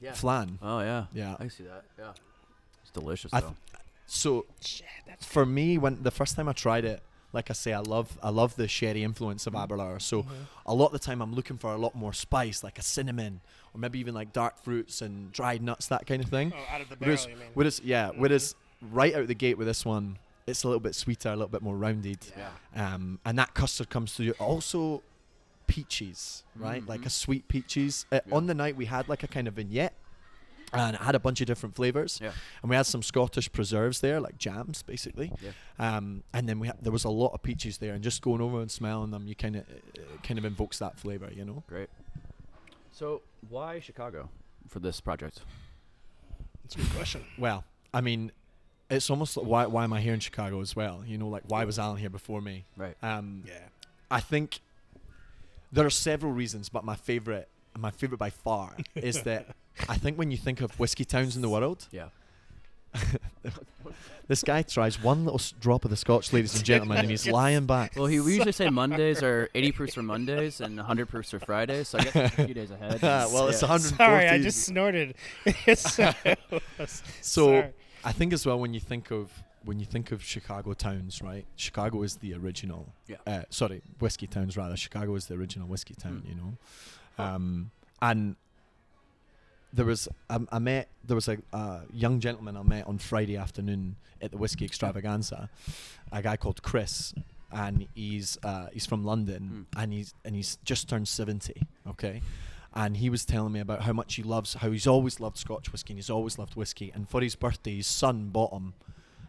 [SPEAKER 1] Yeah.
[SPEAKER 3] flan.
[SPEAKER 1] Oh yeah.
[SPEAKER 3] Yeah.
[SPEAKER 1] I see that. Yeah. It's delicious
[SPEAKER 3] I
[SPEAKER 1] though.
[SPEAKER 3] th- So
[SPEAKER 2] Shit, that's
[SPEAKER 3] for me, when the first time I tried it, like I say, I love I love the sherry influence
[SPEAKER 2] Mm-hmm.
[SPEAKER 3] of Aberlour. So a lot of the time, I'm looking for a lot more spice, like a cinnamon, or maybe even like dark fruits and dried nuts, that kind of thing.
[SPEAKER 2] oh, out of the barrel.
[SPEAKER 3] Whereas,
[SPEAKER 2] you mean? Mm-hmm.
[SPEAKER 3] whereas, yeah, whereas right out the gate with this one, it's a little bit sweeter, a little bit more rounded,
[SPEAKER 1] yeah.
[SPEAKER 3] um, and that custard comes through. Also, peaches, right? Like
[SPEAKER 1] Mhm.
[SPEAKER 3] a sweet peaches. Uh,
[SPEAKER 1] Yeah.
[SPEAKER 3] On the night, we had like a kind of vignette, and it had a bunch of different flavors.
[SPEAKER 1] Yeah.
[SPEAKER 3] And we had some Scottish preserves there, like jams, basically.
[SPEAKER 1] Yeah.
[SPEAKER 3] Um, and then we ha- there was a lot of peaches there, and just going over and smelling them, you kind of kind of invokes that flavor, you know.
[SPEAKER 1] Great. So why Chicago for this project?
[SPEAKER 2] That's a good question.
[SPEAKER 3] Well, I mean, it's almost like why why am I here in Chicago as well? You know, like why was Alan here before me?
[SPEAKER 1] Right.
[SPEAKER 3] Um,
[SPEAKER 2] Yeah.
[SPEAKER 3] I think there are several reasons, but my favorite, my favorite by far,
[SPEAKER 2] [LAUGHS]
[SPEAKER 3] is that I think when you think of whiskey towns in the world,
[SPEAKER 1] Yeah.
[SPEAKER 3] this guy tries one little s- drop of the Scotch, ladies and gentlemen,
[SPEAKER 2] [LAUGHS]
[SPEAKER 3] and he's lying back.
[SPEAKER 1] Well, he, we usually say Mondays are 80 proofs are Mondays and 100 proofs are Fridays, so I guess it's a few days ahead.
[SPEAKER 3] [LAUGHS] well, it's
[SPEAKER 1] Yeah.
[SPEAKER 3] 114.
[SPEAKER 2] [LAUGHS] Sorry, I just
[SPEAKER 3] [LAUGHS]
[SPEAKER 2] snorted. [LAUGHS] so [LAUGHS]
[SPEAKER 3] so
[SPEAKER 2] Sorry.
[SPEAKER 3] I think as well when you think of when you think of Chicago towns, right? Chicago is the original.
[SPEAKER 1] Yeah.
[SPEAKER 3] Uh, sorry, whiskey towns rather. Chicago is the original whiskey town,
[SPEAKER 1] Mm.
[SPEAKER 3] you know. Um, and there was um, I met there was a uh, young gentleman I met on Friday afternoon at the whiskey extravaganza, a guy called Chris, and he's uh, he's from London and he's and he's just turned seventy. Okay. And he was telling me about how much he loves, how he's always loved Scotch whiskey and he's always loved whiskey. And for his birthday, his son bought him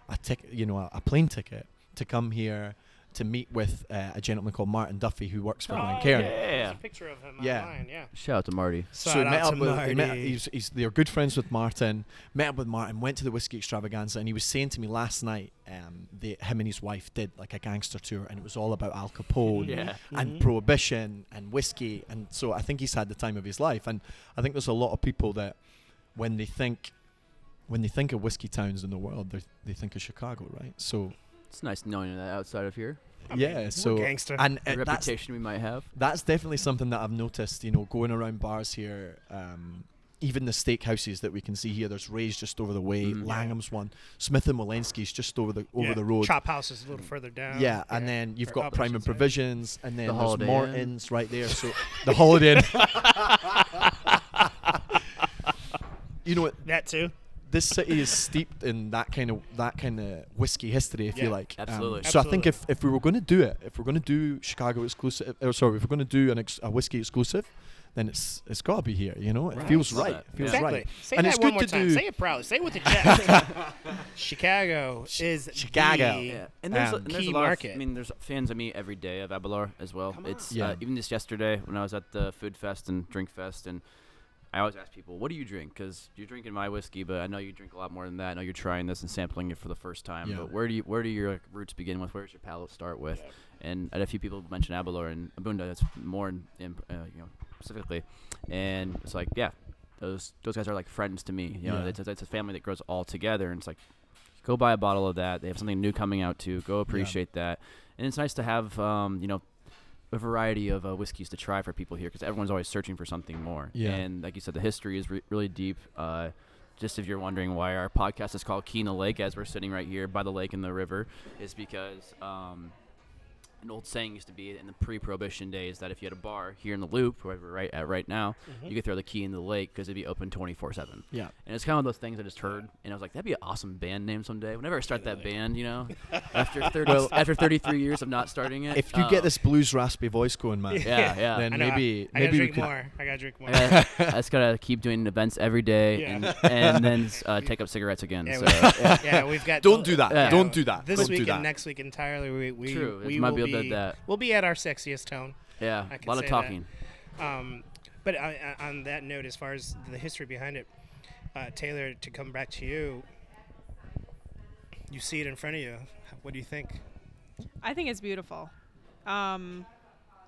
[SPEAKER 3] a ticket, you know, a, a plane ticket to come here to meet with uh, a gentleman called Martin Duffy who works
[SPEAKER 2] Oh,
[SPEAKER 3] for Glencairn.
[SPEAKER 1] Yeah.
[SPEAKER 2] There's a picture of him
[SPEAKER 3] Yeah.
[SPEAKER 2] online. Yeah.
[SPEAKER 1] Shout out to Marty.
[SPEAKER 3] So he
[SPEAKER 2] Shout
[SPEAKER 3] met
[SPEAKER 2] out
[SPEAKER 3] up
[SPEAKER 2] to
[SPEAKER 3] with he met,
[SPEAKER 2] Marty.
[SPEAKER 3] he's, he's they're good friends with Martin. Met up with Martin, went to the whiskey extravaganza, and he was saying to me last night, um, they, him and his wife did like a gangster tour, and it was all about Al Capone
[SPEAKER 1] Yeah.
[SPEAKER 2] Mm-hmm.
[SPEAKER 3] and prohibition and whiskey, and so I think he's had the time of his life, and I think there's a lot of people that when they think when they think of whiskey towns in the world, they they think of Chicago, right? So
[SPEAKER 1] It's nice knowing that outside of here,
[SPEAKER 2] I mean,
[SPEAKER 3] yeah,
[SPEAKER 2] we're
[SPEAKER 3] so
[SPEAKER 2] gangster.
[SPEAKER 3] and
[SPEAKER 1] the
[SPEAKER 3] it- that's
[SPEAKER 1] reputation we might have.
[SPEAKER 3] that's definitely something that I've noticed. You know, going around bars here, um, even the steakhouses that we can see here. There's Ray's just over the way,
[SPEAKER 1] Mm.
[SPEAKER 3] Langham's one, Smith and Walensky's just over the over
[SPEAKER 2] Mm-hmm. Yeah.
[SPEAKER 3] the road.
[SPEAKER 2] Chop House is a little further down.
[SPEAKER 3] Yeah, and then you've
[SPEAKER 2] Or
[SPEAKER 3] got
[SPEAKER 2] up, I
[SPEAKER 3] Prime
[SPEAKER 2] should
[SPEAKER 3] and
[SPEAKER 2] say.
[SPEAKER 3] Provisions, and then there's
[SPEAKER 1] Holiday Inn.
[SPEAKER 3] Morton's right there.
[SPEAKER 2] [LAUGHS]
[SPEAKER 3] So the Holiday Inn.
[SPEAKER 2] [LAUGHS]
[SPEAKER 3] [LAUGHS] you know, what?
[SPEAKER 2] that too.
[SPEAKER 3] this city is steeped in that kind of that kind of whiskey history, if
[SPEAKER 2] Yeah.
[SPEAKER 3] you like. Um,
[SPEAKER 1] Absolutely.
[SPEAKER 3] so I think
[SPEAKER 2] Absolutely.
[SPEAKER 3] if, if we were going to do it, if we're going to do Chicago exclusive, or sorry, if we're going to do an ex- a whiskey exclusive, then it's it's got to be here. You know, it
[SPEAKER 1] Right.
[SPEAKER 3] feels
[SPEAKER 1] Love
[SPEAKER 3] right.
[SPEAKER 1] that.
[SPEAKER 3] It feels
[SPEAKER 2] Exactly.
[SPEAKER 3] right.
[SPEAKER 2] Say
[SPEAKER 3] and
[SPEAKER 2] that
[SPEAKER 3] it's
[SPEAKER 2] one
[SPEAKER 3] good
[SPEAKER 2] more
[SPEAKER 3] to
[SPEAKER 2] time.
[SPEAKER 3] do.
[SPEAKER 2] Say it proudly. Say it
[SPEAKER 3] [LAUGHS]
[SPEAKER 2] with a jet. Chicago is
[SPEAKER 3] Chicago.
[SPEAKER 2] the-
[SPEAKER 1] Yeah, and there's, a,
[SPEAKER 3] Um,
[SPEAKER 1] and there's
[SPEAKER 2] key
[SPEAKER 1] a lot
[SPEAKER 2] market.
[SPEAKER 1] Of, I mean, there's fans I meet every day of Abelar as well.
[SPEAKER 2] Come
[SPEAKER 1] it's
[SPEAKER 3] on. Yeah.
[SPEAKER 1] uh, even just yesterday when I was at the food fest and drink fest, and I always ask people, "What do you drink?" Because you're drinking my whiskey, but I know you drink a lot more than that. I know you're trying this and sampling it for the first time.
[SPEAKER 3] Yeah.
[SPEAKER 1] But where do you where do your like, roots begin with? Where does your palate start with? And I had a few people mention Abelar and Abunda. That's more in, in uh, you know specifically, and it's like yeah. Those, those guys are like friends to me. You know,
[SPEAKER 3] Yeah.
[SPEAKER 1] it's, a- it's a family that grows all together, and it's like go buy a bottle of that. They have something new coming out too. Go appreciate that. And it's nice to have, um, you know, a variety of uh, whiskeys to try for people here because everyone's always searching for something more.
[SPEAKER 3] Yeah.
[SPEAKER 1] And like you said, the history is re- really deep. Uh, just if you're wondering why our podcast is called Keena Lake, as we're sitting right here by the lake and the river, is because um, an old saying used to be in the pre-prohibition days that if you had a bar here in the Loop, where we're right at right now,
[SPEAKER 2] Mm-hmm.
[SPEAKER 1] you could throw the key in the lake because it'd be open 24/7.
[SPEAKER 3] Yeah.
[SPEAKER 1] And it's kind of those things I just heard, and I was like, that'd be an awesome band name someday. Whenever I start that band,
[SPEAKER 2] [LAUGHS]
[SPEAKER 1] you know, after 30, after 33 years of not starting it,
[SPEAKER 3] If you
[SPEAKER 1] um,
[SPEAKER 3] get this blues raspy voice going, man,
[SPEAKER 1] yeah, yeah,
[SPEAKER 3] then
[SPEAKER 2] I know, I-
[SPEAKER 3] maybe
[SPEAKER 2] I,
[SPEAKER 3] maybe
[SPEAKER 2] gotta
[SPEAKER 3] we
[SPEAKER 2] drink
[SPEAKER 3] can.
[SPEAKER 2] more. I gotta drink more.
[SPEAKER 1] I gotta, I just gotta keep doing events every day,
[SPEAKER 2] Yeah.
[SPEAKER 1] and, and then
[SPEAKER 2] [LAUGHS]
[SPEAKER 1] uh, take up cigarettes again.
[SPEAKER 2] Yeah,
[SPEAKER 3] [LAUGHS]
[SPEAKER 1] so,
[SPEAKER 2] we-
[SPEAKER 1] yeah.
[SPEAKER 2] yeah, we've got.
[SPEAKER 3] Don't do that.
[SPEAKER 1] Yeah.
[SPEAKER 3] Don't do that.
[SPEAKER 2] This
[SPEAKER 3] Don't
[SPEAKER 2] week
[SPEAKER 3] do
[SPEAKER 2] and
[SPEAKER 3] that.
[SPEAKER 2] next week entirely, we, we
[SPEAKER 1] True, it
[SPEAKER 2] we
[SPEAKER 1] might
[SPEAKER 2] will
[SPEAKER 1] be a bit that-
[SPEAKER 2] We'll be at our sexiest tone.
[SPEAKER 1] yeah,
[SPEAKER 2] [LAUGHS] I
[SPEAKER 1] a
[SPEAKER 2] can
[SPEAKER 1] lot
[SPEAKER 2] say that.
[SPEAKER 1] of talking.
[SPEAKER 2] Um, but I, I- on that note, as far as the history behind it, uh, Taylor, to come back to you, you see it in front of you. What do you think?
[SPEAKER 4] I think it's beautiful. Um,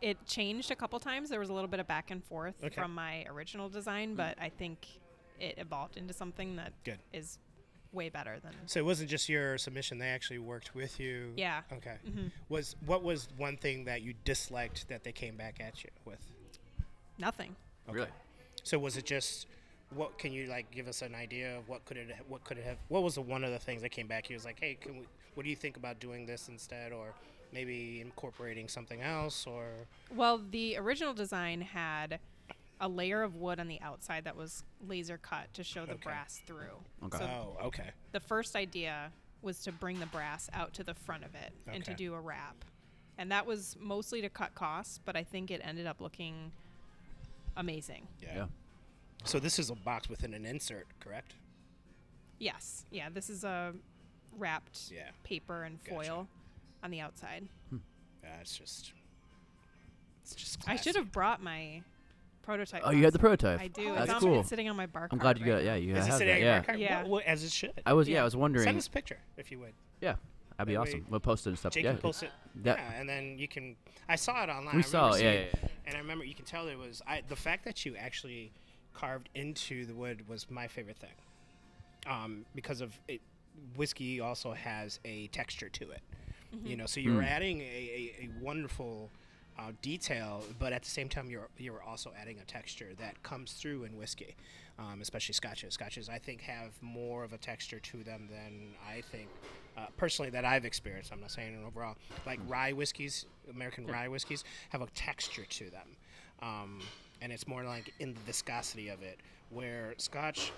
[SPEAKER 4] it changed a couple times. There was a little bit of back and forth
[SPEAKER 2] Okay. Mm.
[SPEAKER 4] from my original design, but I think it evolved into something that is
[SPEAKER 2] Good.
[SPEAKER 4] way better than.
[SPEAKER 2] So it wasn't just your submission; they actually worked with you.
[SPEAKER 4] Yeah.
[SPEAKER 2] Okay.
[SPEAKER 4] Mhm.
[SPEAKER 2] Was what was one thing that you disliked that they came back at you with?
[SPEAKER 4] Nothing.
[SPEAKER 1] Really,
[SPEAKER 2] So was it just what can you like give us an idea of what could it what could it have what was the one of the things that came back you was like hey can we what do you think about doing this instead or maybe incorporating something else or
[SPEAKER 4] Well, the original design had a layer of wood on the outside that was laser cut to show the
[SPEAKER 2] Okay.
[SPEAKER 4] brass through.
[SPEAKER 1] Okay.
[SPEAKER 4] So
[SPEAKER 2] oh okay
[SPEAKER 4] the first idea was to bring the brass out to the front of it and to
[SPEAKER 2] Okay.
[SPEAKER 4] do a wrap. And that was mostly to cut costs, but I think it ended up looking amazing.
[SPEAKER 1] yeah.
[SPEAKER 2] so this is a box within an insert correct
[SPEAKER 4] Yes. Yeah, this is a wrapped
[SPEAKER 2] Yeah.
[SPEAKER 4] paper and
[SPEAKER 2] Gotcha.
[SPEAKER 4] foil on the outside.
[SPEAKER 2] yeah it's just it's just
[SPEAKER 4] I should
[SPEAKER 2] classy.
[SPEAKER 4] have brought my prototype.
[SPEAKER 1] Oh, you have the
[SPEAKER 4] box.
[SPEAKER 1] prototype.
[SPEAKER 4] I do.
[SPEAKER 1] That's
[SPEAKER 4] it's on,
[SPEAKER 1] cool.
[SPEAKER 4] It's sitting on my bar.
[SPEAKER 1] I'm
[SPEAKER 4] cart
[SPEAKER 1] glad you
[SPEAKER 4] right
[SPEAKER 1] got.
[SPEAKER 4] now.
[SPEAKER 1] Yeah, you
[SPEAKER 2] is
[SPEAKER 1] have
[SPEAKER 2] it
[SPEAKER 1] that.
[SPEAKER 2] sitting in your
[SPEAKER 1] Yeah.
[SPEAKER 2] archive?
[SPEAKER 4] Yeah.
[SPEAKER 2] Well, well, as it should
[SPEAKER 1] I was. Yeah,
[SPEAKER 4] Yeah.
[SPEAKER 1] I was wondering.
[SPEAKER 2] send us a picture if you would
[SPEAKER 1] Yeah, that'd be
[SPEAKER 2] That way
[SPEAKER 1] awesome. We'll post it and stuff.
[SPEAKER 2] Jake
[SPEAKER 1] yeah.
[SPEAKER 2] can post it.
[SPEAKER 1] that-
[SPEAKER 2] yeah, and then you can. I saw it online.
[SPEAKER 1] We
[SPEAKER 2] I
[SPEAKER 1] saw
[SPEAKER 2] remember
[SPEAKER 1] it, yeah,
[SPEAKER 2] seeing
[SPEAKER 1] yeah,
[SPEAKER 2] And I remember you can tell it was I, the fact that you actually carved into the wood was my favorite thing, um, because of it. Whiskey also has a texture to it, you know. So you're adding a, a, a wonderful uh, detail, but at the same time, you're you're also adding a texture that comes through in whiskey, um, especially scotches. Scotches, I think, have more of a texture to them than I think, uh, personally, that I've experienced. I'm not saying it overall. Like rye whiskeys, American rye whiskeys, have a texture to them, um, and it's more like in the viscosity of it. Where Scotch,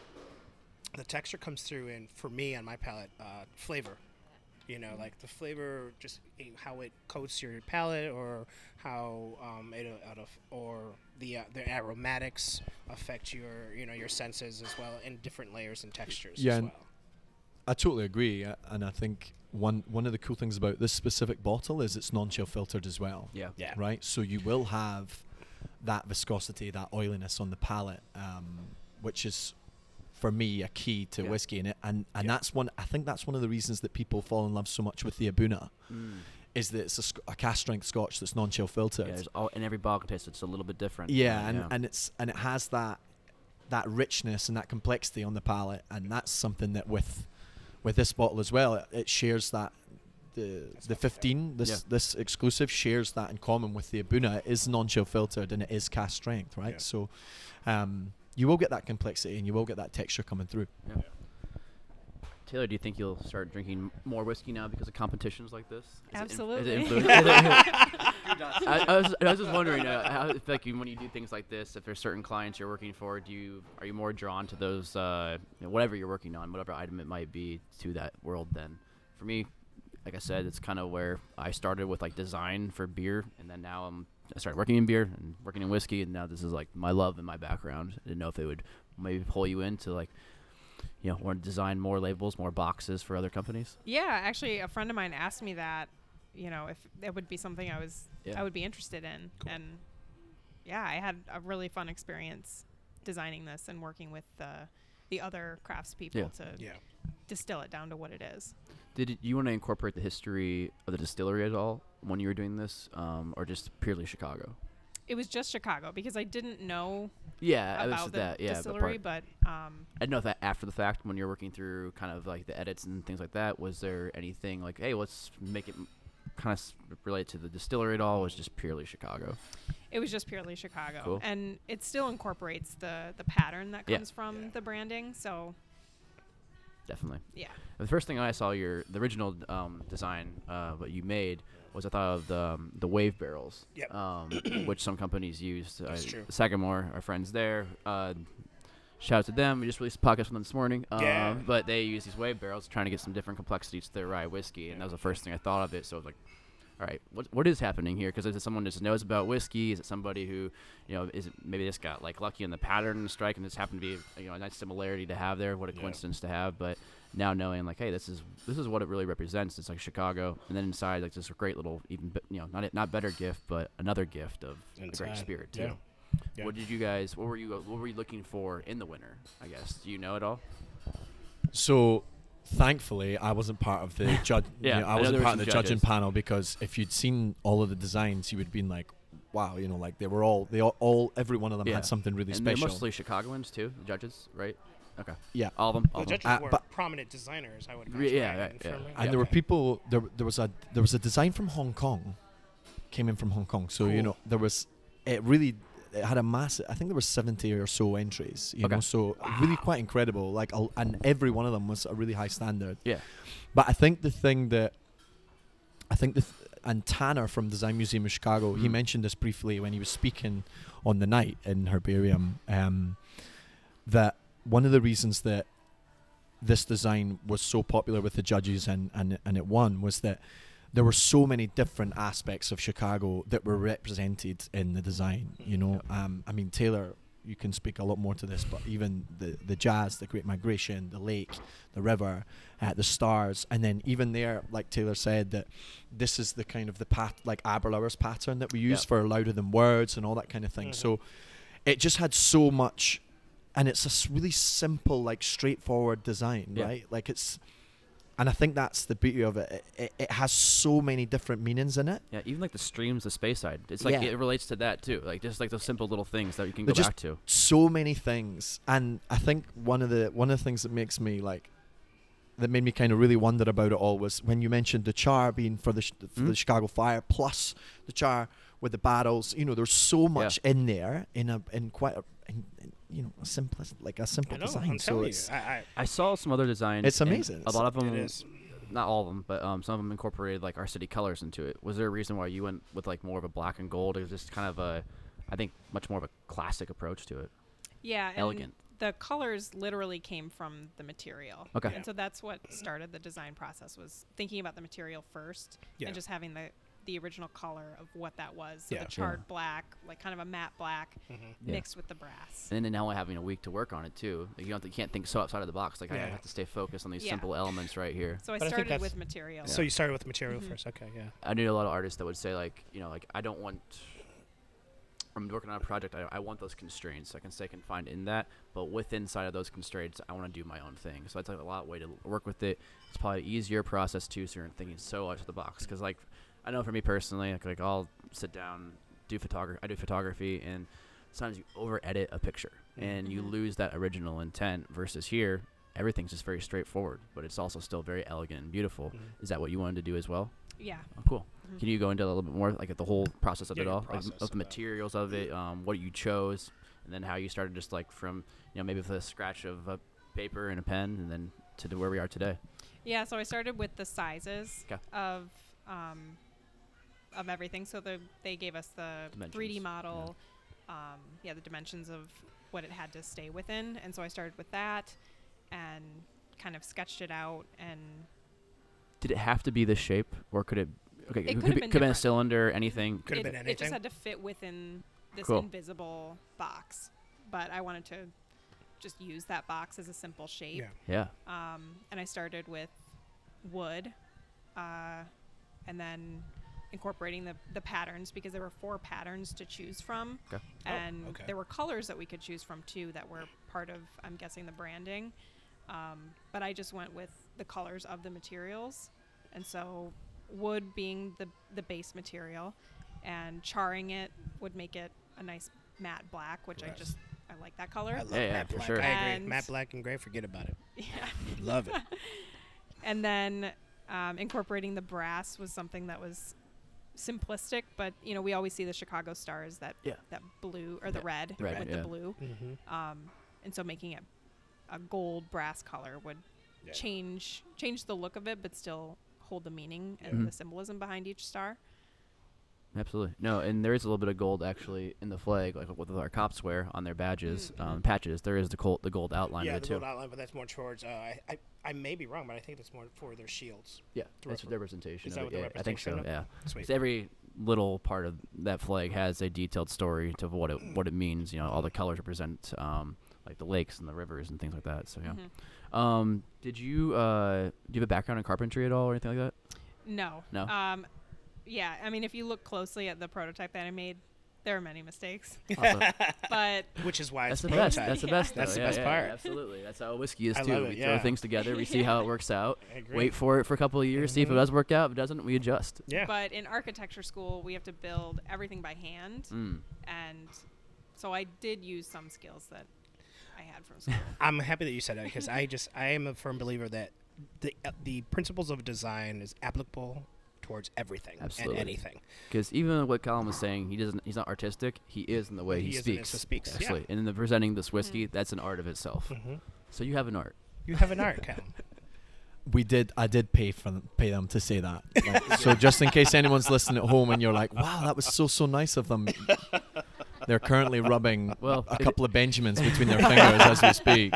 [SPEAKER 2] the texture comes through in for me on my palate uh, flavor you know like the flavor just eh, how it coats your palate or how um, it out of or the uh, the aromatics affect your you know your senses as well in different layers and textures
[SPEAKER 3] Yeah,
[SPEAKER 2] as
[SPEAKER 3] and-
[SPEAKER 2] well
[SPEAKER 3] I totally agree, uh, and I think one one of the cool things about this specific bottle is it's non-chill filtered as well.
[SPEAKER 1] Yeah.
[SPEAKER 2] Yeah.
[SPEAKER 3] Right. So you will have that viscosity, that oiliness on the palate, um, which is for me a key to
[SPEAKER 1] Yeah.
[SPEAKER 3] whiskey, and it, and and that's one. I think that's one of the reasons that people fall in love so much with the Abuna,
[SPEAKER 1] Mm.
[SPEAKER 3] is that it's a, sc- a cast strength Scotch that's non-chill filtered.
[SPEAKER 1] Yeah, there's all, and every bottle taste it's a little bit different.
[SPEAKER 3] Yeah, and, and it's and it has that that richness and that complexity on the palate, and that's something that with with this bottle as well, it, it shares that the the 15 this this exclusive shares that in common with the Abuna. It is non-shell filtered and it is cast strength, right?
[SPEAKER 5] Yeah.
[SPEAKER 3] So, um, you will get that complexity and you will get that texture coming through.
[SPEAKER 1] Taylor, do you think you'll start drinking more whiskey now because of competitions like this? Is it in- is it
[SPEAKER 4] Absolutely.
[SPEAKER 1] influ- [LAUGHS] I, I was, I was just wondering, uh, how, if, like, you- when you do things like this, if there's certain clients you're working for, do you are you more drawn to those, uh, you know, whatever you're working on, whatever item it might be, to that world? Then, for me, like I said, it's kind of where I started with like design for beer, and then now I'm I started working in beer and working in whiskey, and now this is like my love and my background. I didn't know if it would maybe pull you into like you know, want to design more labels, more boxes for other companies.
[SPEAKER 4] Yeah, actually, a friend of mine asked me that. You know, if that would be something I was,
[SPEAKER 1] Yeah.
[SPEAKER 4] I would be interested in, and yeah, I had a really fun experience designing this and working with the the other craftspeople
[SPEAKER 1] Yeah.
[SPEAKER 4] to
[SPEAKER 2] Yeah.
[SPEAKER 4] distill it down to what it is.
[SPEAKER 1] Did it- you want to incorporate the history of the distillery at all when you were doing this, um, or just purely Chicago?
[SPEAKER 4] It was just Chicago because I didn't know
[SPEAKER 1] Yeah, I was
[SPEAKER 4] about
[SPEAKER 1] just
[SPEAKER 4] the
[SPEAKER 1] that. Yeah, the
[SPEAKER 4] distillery,
[SPEAKER 1] part-
[SPEAKER 4] but um,
[SPEAKER 1] I don't know if that after the fact, when you're working through kind of like the edits and things like that, was there anything like, hey, let's make it kind of relate to the distillery at all? or Was it just purely Chicago.
[SPEAKER 4] it was just purely Chicago,
[SPEAKER 1] Cool.
[SPEAKER 4] and it still incorporates the the pattern that
[SPEAKER 1] Yeah.
[SPEAKER 4] comes from
[SPEAKER 2] Yeah.
[SPEAKER 4] the branding. So
[SPEAKER 1] Definitely.
[SPEAKER 4] yeah,
[SPEAKER 1] The first thing I saw your the original um, design, uh, what you made was I thought of the, um, the wave barrels,
[SPEAKER 2] Yep. [CLEARS THROAT]
[SPEAKER 1] um, which some companies used. Uh,
[SPEAKER 2] That's true.
[SPEAKER 1] Sagamore, our friends there. Uh, shout out to them. We just released a podcast with them this morning. Um,
[SPEAKER 2] Yeah.
[SPEAKER 1] But they use these wave barrels, trying to get some different complexities to their rye whiskey, and that was the first thing I thought of it. So I was like. All right, what, what is happening here? Because is it someone that just knows about whiskey? Is it somebody who, you know, is it maybe just got like lucky in the pattern and strike, and this happened to be, you know, a nice similarity to have there. What a
[SPEAKER 5] Yeah.
[SPEAKER 1] coincidence to have! But now knowing like hey this is this is what it really represents it's like chicago and then inside like this great little even be- you know not not better gift but another gift of a great
[SPEAKER 2] Inside,
[SPEAKER 1] spirit too
[SPEAKER 5] yeah. Yeah.
[SPEAKER 1] what did you guys what were you what were you looking for in the winner i guess do you know at all
[SPEAKER 3] So, thankfully, I wasn't part of
[SPEAKER 1] [LAUGHS]
[SPEAKER 3] the judge.
[SPEAKER 1] Yeah,
[SPEAKER 3] you know,
[SPEAKER 1] I
[SPEAKER 3] I
[SPEAKER 1] know
[SPEAKER 3] wasn't
[SPEAKER 1] there were
[SPEAKER 3] part of the
[SPEAKER 1] some
[SPEAKER 3] judging
[SPEAKER 1] judges.
[SPEAKER 3] panel because if you'd seen all of the designs, you would have been like, "Wow!" You know, like they were all they all, all every one of them
[SPEAKER 1] Yeah.
[SPEAKER 3] had something really
[SPEAKER 1] and
[SPEAKER 3] special.
[SPEAKER 1] they're mostly chicagoans too the judges right okay
[SPEAKER 3] yeah,
[SPEAKER 1] all of them all
[SPEAKER 2] Well,
[SPEAKER 1] of
[SPEAKER 2] judges
[SPEAKER 1] them.
[SPEAKER 3] Uh,
[SPEAKER 2] were
[SPEAKER 3] but-
[SPEAKER 2] prominent designers, I would
[SPEAKER 1] Re-
[SPEAKER 2] imagine.
[SPEAKER 1] yeah,
[SPEAKER 2] right?
[SPEAKER 1] right,
[SPEAKER 2] And
[SPEAKER 1] yeah.
[SPEAKER 2] from-
[SPEAKER 1] And
[SPEAKER 3] and there were
[SPEAKER 1] Okay.
[SPEAKER 3] people. There, there was a there was a design from Hong Kong, came in from Hong Kong. So you
[SPEAKER 2] Cool.
[SPEAKER 3] know there was it really it had a massive. I think there were seventy or so entries. You
[SPEAKER 1] Okay.
[SPEAKER 3] know, so really quite incredible. Like a, and every one of them was a really high standard.
[SPEAKER 1] yeah
[SPEAKER 3] But I think the thing that I think the th- and Tanner from Design Museum of Chicago, he
[SPEAKER 1] Mm.
[SPEAKER 3] mentioned this briefly when he was speaking on the night in Herbarium. Um, that one of the reasons that this design was so popular with the judges and and, and it won was that there were so many different aspects of Chicago that were represented in the design. You know, um, I mean Taylor. You can speak a lot more to this, but even the, the jazz, the Great Migration, the lake, the river, uh, the stars, and then even there, like Taylor said, that this is the kind of the pat like Aberlour's pattern that we use
[SPEAKER 1] Yeah.
[SPEAKER 3] for louder than words and all that kind of thing.
[SPEAKER 2] Mhm.
[SPEAKER 3] So it just had so much, and it's a s- really simple, like straightforward design,
[SPEAKER 1] Yeah.
[SPEAKER 3] right? Like it's, and I think that's the beauty of it. It, it, it has so many different meanings in it.
[SPEAKER 1] yeah even like the streams the space side it's like
[SPEAKER 3] Yeah.
[SPEAKER 1] it relates to that too like just like those simple little things that you can
[SPEAKER 3] They're
[SPEAKER 1] go
[SPEAKER 3] just-
[SPEAKER 1] back to
[SPEAKER 3] so many things and i think one of the one of the things that makes me like that made me kind of really wonder about it all was when you mentioned the char being for the, sh- for
[SPEAKER 1] Mhm.
[SPEAKER 3] the chicago fire plus the char with the barrels you know there's so much in there in a in quite a in, in, you know a simple like a
[SPEAKER 2] I
[SPEAKER 3] simple
[SPEAKER 2] know,
[SPEAKER 3] design
[SPEAKER 2] I'm
[SPEAKER 3] so
[SPEAKER 2] telling you.
[SPEAKER 3] it's
[SPEAKER 2] I, I,
[SPEAKER 1] i saw some other designs
[SPEAKER 3] It's
[SPEAKER 1] and
[SPEAKER 3] amazing.
[SPEAKER 1] a lot of them
[SPEAKER 2] it is.
[SPEAKER 1] not all of them, but um, some of them incorporated like our city colors into it. Was there a reason why you went with like more of a black and gold? It was just kind of a, I think, much more of a classic approach to it.
[SPEAKER 4] yeah, and
[SPEAKER 1] Elegant.
[SPEAKER 4] The colors literally came from the material.
[SPEAKER 1] Okay.
[SPEAKER 2] Yeah.
[SPEAKER 4] And so that's what started the design process was thinking about the material first
[SPEAKER 2] Yeah.
[SPEAKER 4] and just having the the original color of what that was. So
[SPEAKER 2] Yeah. Mm-hmm.
[SPEAKER 4] the charred black, like kind of a matte black
[SPEAKER 1] Yeah.
[SPEAKER 4] mixed with the brass.
[SPEAKER 1] And then now having a week to work on it too. Like, you don't you can't think so outside of the box. Like I
[SPEAKER 2] Yeah.
[SPEAKER 1] have to stay focused on these
[SPEAKER 4] Yeah.
[SPEAKER 1] simple elements right here.
[SPEAKER 4] So I
[SPEAKER 2] But I think
[SPEAKER 4] started
[SPEAKER 2] that's-
[SPEAKER 4] with material.
[SPEAKER 2] So you started with material
[SPEAKER 4] Mhm.
[SPEAKER 2] first. Okay, yeah.
[SPEAKER 1] I knew a lot of artists that would say like, you know, like I don't want. I'm working on a project. I, I want those constraints. I can stay confined in that, but with inside of those constraints, I want to do my own thing. So that's like a lot way to l- work with it. It's probably an easier process too. So you're not thinking so out of the box because like, I know for me personally, like, like I'll sit down, do photography. I do photography, and sometimes you over edit a picture and you
[SPEAKER 4] Mhm.
[SPEAKER 1] lose that original intent. Versus here, everything's just very straightforward, but it's also still very elegant and beautiful.
[SPEAKER 2] Mhm.
[SPEAKER 1] Is that what you wanted to do as well?
[SPEAKER 4] Yeah.
[SPEAKER 1] Oh, cool.
[SPEAKER 4] Mm-hmm.
[SPEAKER 1] Can you go into a little bit more, like at the whole process of
[SPEAKER 2] Yeah,
[SPEAKER 1] it
[SPEAKER 2] your
[SPEAKER 1] all, like, m-
[SPEAKER 2] process
[SPEAKER 1] of the
[SPEAKER 2] of that.
[SPEAKER 1] materials of it, um, what you chose, and then how you started, just like from you know maybe with a scratch of a paper and a pen, and then to the- where we are today.
[SPEAKER 4] Yeah, so I started with the sizes
[SPEAKER 1] 'Kay.
[SPEAKER 4] of um, of everything. So the, they gave us the 3D
[SPEAKER 1] Dimensions,
[SPEAKER 4] model, um, yeah, the dimensions of what it had to stay within, and so I started with that and kind of sketched it out. And
[SPEAKER 1] Did it have to be this shape, or could it? Okay,
[SPEAKER 4] It
[SPEAKER 1] could,
[SPEAKER 4] could've
[SPEAKER 1] be,
[SPEAKER 4] been
[SPEAKER 1] could been a
[SPEAKER 4] different.
[SPEAKER 1] cylinder, anything.
[SPEAKER 2] Could
[SPEAKER 4] it,
[SPEAKER 2] have been
[SPEAKER 4] it just
[SPEAKER 2] anything.
[SPEAKER 4] had to fit within this
[SPEAKER 1] Cool.
[SPEAKER 4] invisible box, but I wanted to just use that box as a simple shape.
[SPEAKER 2] Yeah.
[SPEAKER 1] Yeah.
[SPEAKER 4] um, and I started with wood, uh, and then incorporating the, the patterns because there were four patterns to choose from,
[SPEAKER 1] 'Kay.
[SPEAKER 2] Oh,
[SPEAKER 4] and
[SPEAKER 2] okay.
[SPEAKER 4] there were colors that we could choose from too that were part of I'm guessing the branding, um, but I just went with the colors of the materials, and so wood being the the base material, and charring it would make it a nice matte black, which I
[SPEAKER 2] Nice.
[SPEAKER 4] just I like that color.
[SPEAKER 2] I love
[SPEAKER 1] Yeah, yeah,
[SPEAKER 2] matte
[SPEAKER 1] for
[SPEAKER 2] black.
[SPEAKER 1] sure.
[SPEAKER 2] I agree.
[SPEAKER 4] And-
[SPEAKER 2] matte black and gray, forget about it.
[SPEAKER 4] [LAUGHS] yeah. [LAUGHS]
[SPEAKER 2] Love it.
[SPEAKER 4] and then um, incorporating the brass was something that was simplistic but you know we always see the chicago stars that
[SPEAKER 1] Yeah.
[SPEAKER 4] that blue or the
[SPEAKER 1] Yeah.
[SPEAKER 4] red
[SPEAKER 1] The red,
[SPEAKER 4] with
[SPEAKER 1] yeah.
[SPEAKER 4] the blue
[SPEAKER 2] mm-hmm.
[SPEAKER 4] um, and so making it a gold brass color would
[SPEAKER 2] Yeah.
[SPEAKER 4] change change the look of it but still hold the meaning and
[SPEAKER 1] Yeah.
[SPEAKER 4] the symbolism behind each star
[SPEAKER 1] Absolutely. No, and there is a little bit of gold actually in the flag, like with our cops wear on their badges,
[SPEAKER 4] Mm, mm-hmm.
[SPEAKER 1] um, patches. There is the gold, the gold outline
[SPEAKER 2] Yeah,
[SPEAKER 1] of it
[SPEAKER 2] the
[SPEAKER 1] too.
[SPEAKER 2] gold outline, but that's more towards. Uh, I, I I may be wrong, but I think that's more for their shields.
[SPEAKER 1] yeah,
[SPEAKER 2] to
[SPEAKER 1] that's
[SPEAKER 2] refer-
[SPEAKER 1] their representation.
[SPEAKER 2] Is
[SPEAKER 1] of
[SPEAKER 2] that
[SPEAKER 1] it,
[SPEAKER 2] what the
[SPEAKER 1] yeah, I think so.
[SPEAKER 2] representation
[SPEAKER 1] Yeah.
[SPEAKER 2] Sweet.
[SPEAKER 1] 'Cause every little part of that flag has a detailed story to what it what it means. You know, all the colors represent um, like the lakes and the rivers and things like that. So yeah.
[SPEAKER 4] Mhm.
[SPEAKER 1] Um, did you uh, do you have a background in carpentry at all or anything like that?
[SPEAKER 4] no
[SPEAKER 1] No?
[SPEAKER 4] um, yeah i mean if you look closely at the prototype that i made there are many mistakes [LAUGHS]
[SPEAKER 2] [LAUGHS]
[SPEAKER 1] Awesome.
[SPEAKER 4] but
[SPEAKER 2] Which is why
[SPEAKER 1] That's the
[SPEAKER 2] it's
[SPEAKER 1] best.
[SPEAKER 2] prototype.
[SPEAKER 1] That's the best.
[SPEAKER 2] That's
[SPEAKER 1] though.
[SPEAKER 2] the
[SPEAKER 1] Yeah,
[SPEAKER 2] best
[SPEAKER 1] yeah,
[SPEAKER 2] part.
[SPEAKER 1] yeah, absolutely. That's how whiskey is
[SPEAKER 2] I
[SPEAKER 1] too.
[SPEAKER 2] love it,
[SPEAKER 1] we
[SPEAKER 2] yeah.
[SPEAKER 1] throw things
[SPEAKER 2] [LAUGHS]
[SPEAKER 1] together. We see how it works out.
[SPEAKER 2] I agree.
[SPEAKER 1] Wait for it for a couple of years. See if it
[SPEAKER 2] Mhm.
[SPEAKER 1] does work out. If it doesn't, we adjust.
[SPEAKER 2] Yeah.
[SPEAKER 4] but in architecture school we have to build everything by hand
[SPEAKER 1] Mm.
[SPEAKER 4] and so i did use some skills that i had
[SPEAKER 2] [LAUGHS]
[SPEAKER 4] from school
[SPEAKER 2] I'm happy that you said that because I just I am a firm believer that the uh, the principles of design is applicable towards everything
[SPEAKER 1] Absolutely.
[SPEAKER 2] and anything.
[SPEAKER 1] Because even what Colin was saying, he doesn't. He's not artistic. He is in the way he,
[SPEAKER 2] He is in
[SPEAKER 1] speaks.
[SPEAKER 2] this- speaks, yeah. Mm-hmm.
[SPEAKER 1] Actually, and in the presenting this whiskey, that's an art of itself. So you have an art.
[SPEAKER 2] You have an
[SPEAKER 1] [LAUGHS]
[SPEAKER 2] art, Callum.
[SPEAKER 3] We did. I did pay for them, pay them to say that. Like, so just in case anyone's listening at home and you're like, "Wow, that was so so nice of them," they're currently rubbing
[SPEAKER 1] Well,
[SPEAKER 3] a
[SPEAKER 1] it-
[SPEAKER 3] couple of Benjamins between
[SPEAKER 1] [LAUGHS]
[SPEAKER 3] their fingers as we speak.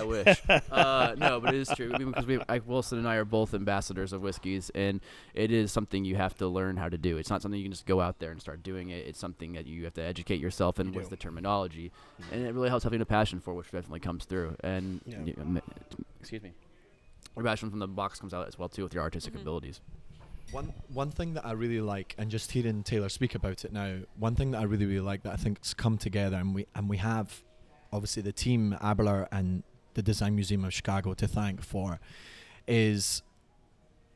[SPEAKER 1] I
[SPEAKER 2] [LAUGHS]
[SPEAKER 1] wish. uh, no, but it is true. I mean, because we, like Wilson and I are both ambassadors of whiskeys, and it is something you have to learn how to do. It's not something you can just go out there and start doing it. It's something that you have to educate yourself in
[SPEAKER 2] You
[SPEAKER 1] with
[SPEAKER 2] do. Mm-hmm.
[SPEAKER 1] the terminology, and it really helps having a passion for, it, which definitely comes through. And
[SPEAKER 2] Yeah.
[SPEAKER 1] y- um, excuse me, your passion from the box comes out as well too with your artistic abilities.
[SPEAKER 3] One one thing that I really like, and just hearing Taylor speak about it now, one thing that I really really like that I think's come together, and we and we have, obviously the team Abelar and the Design Museum of Chicago to thank for, is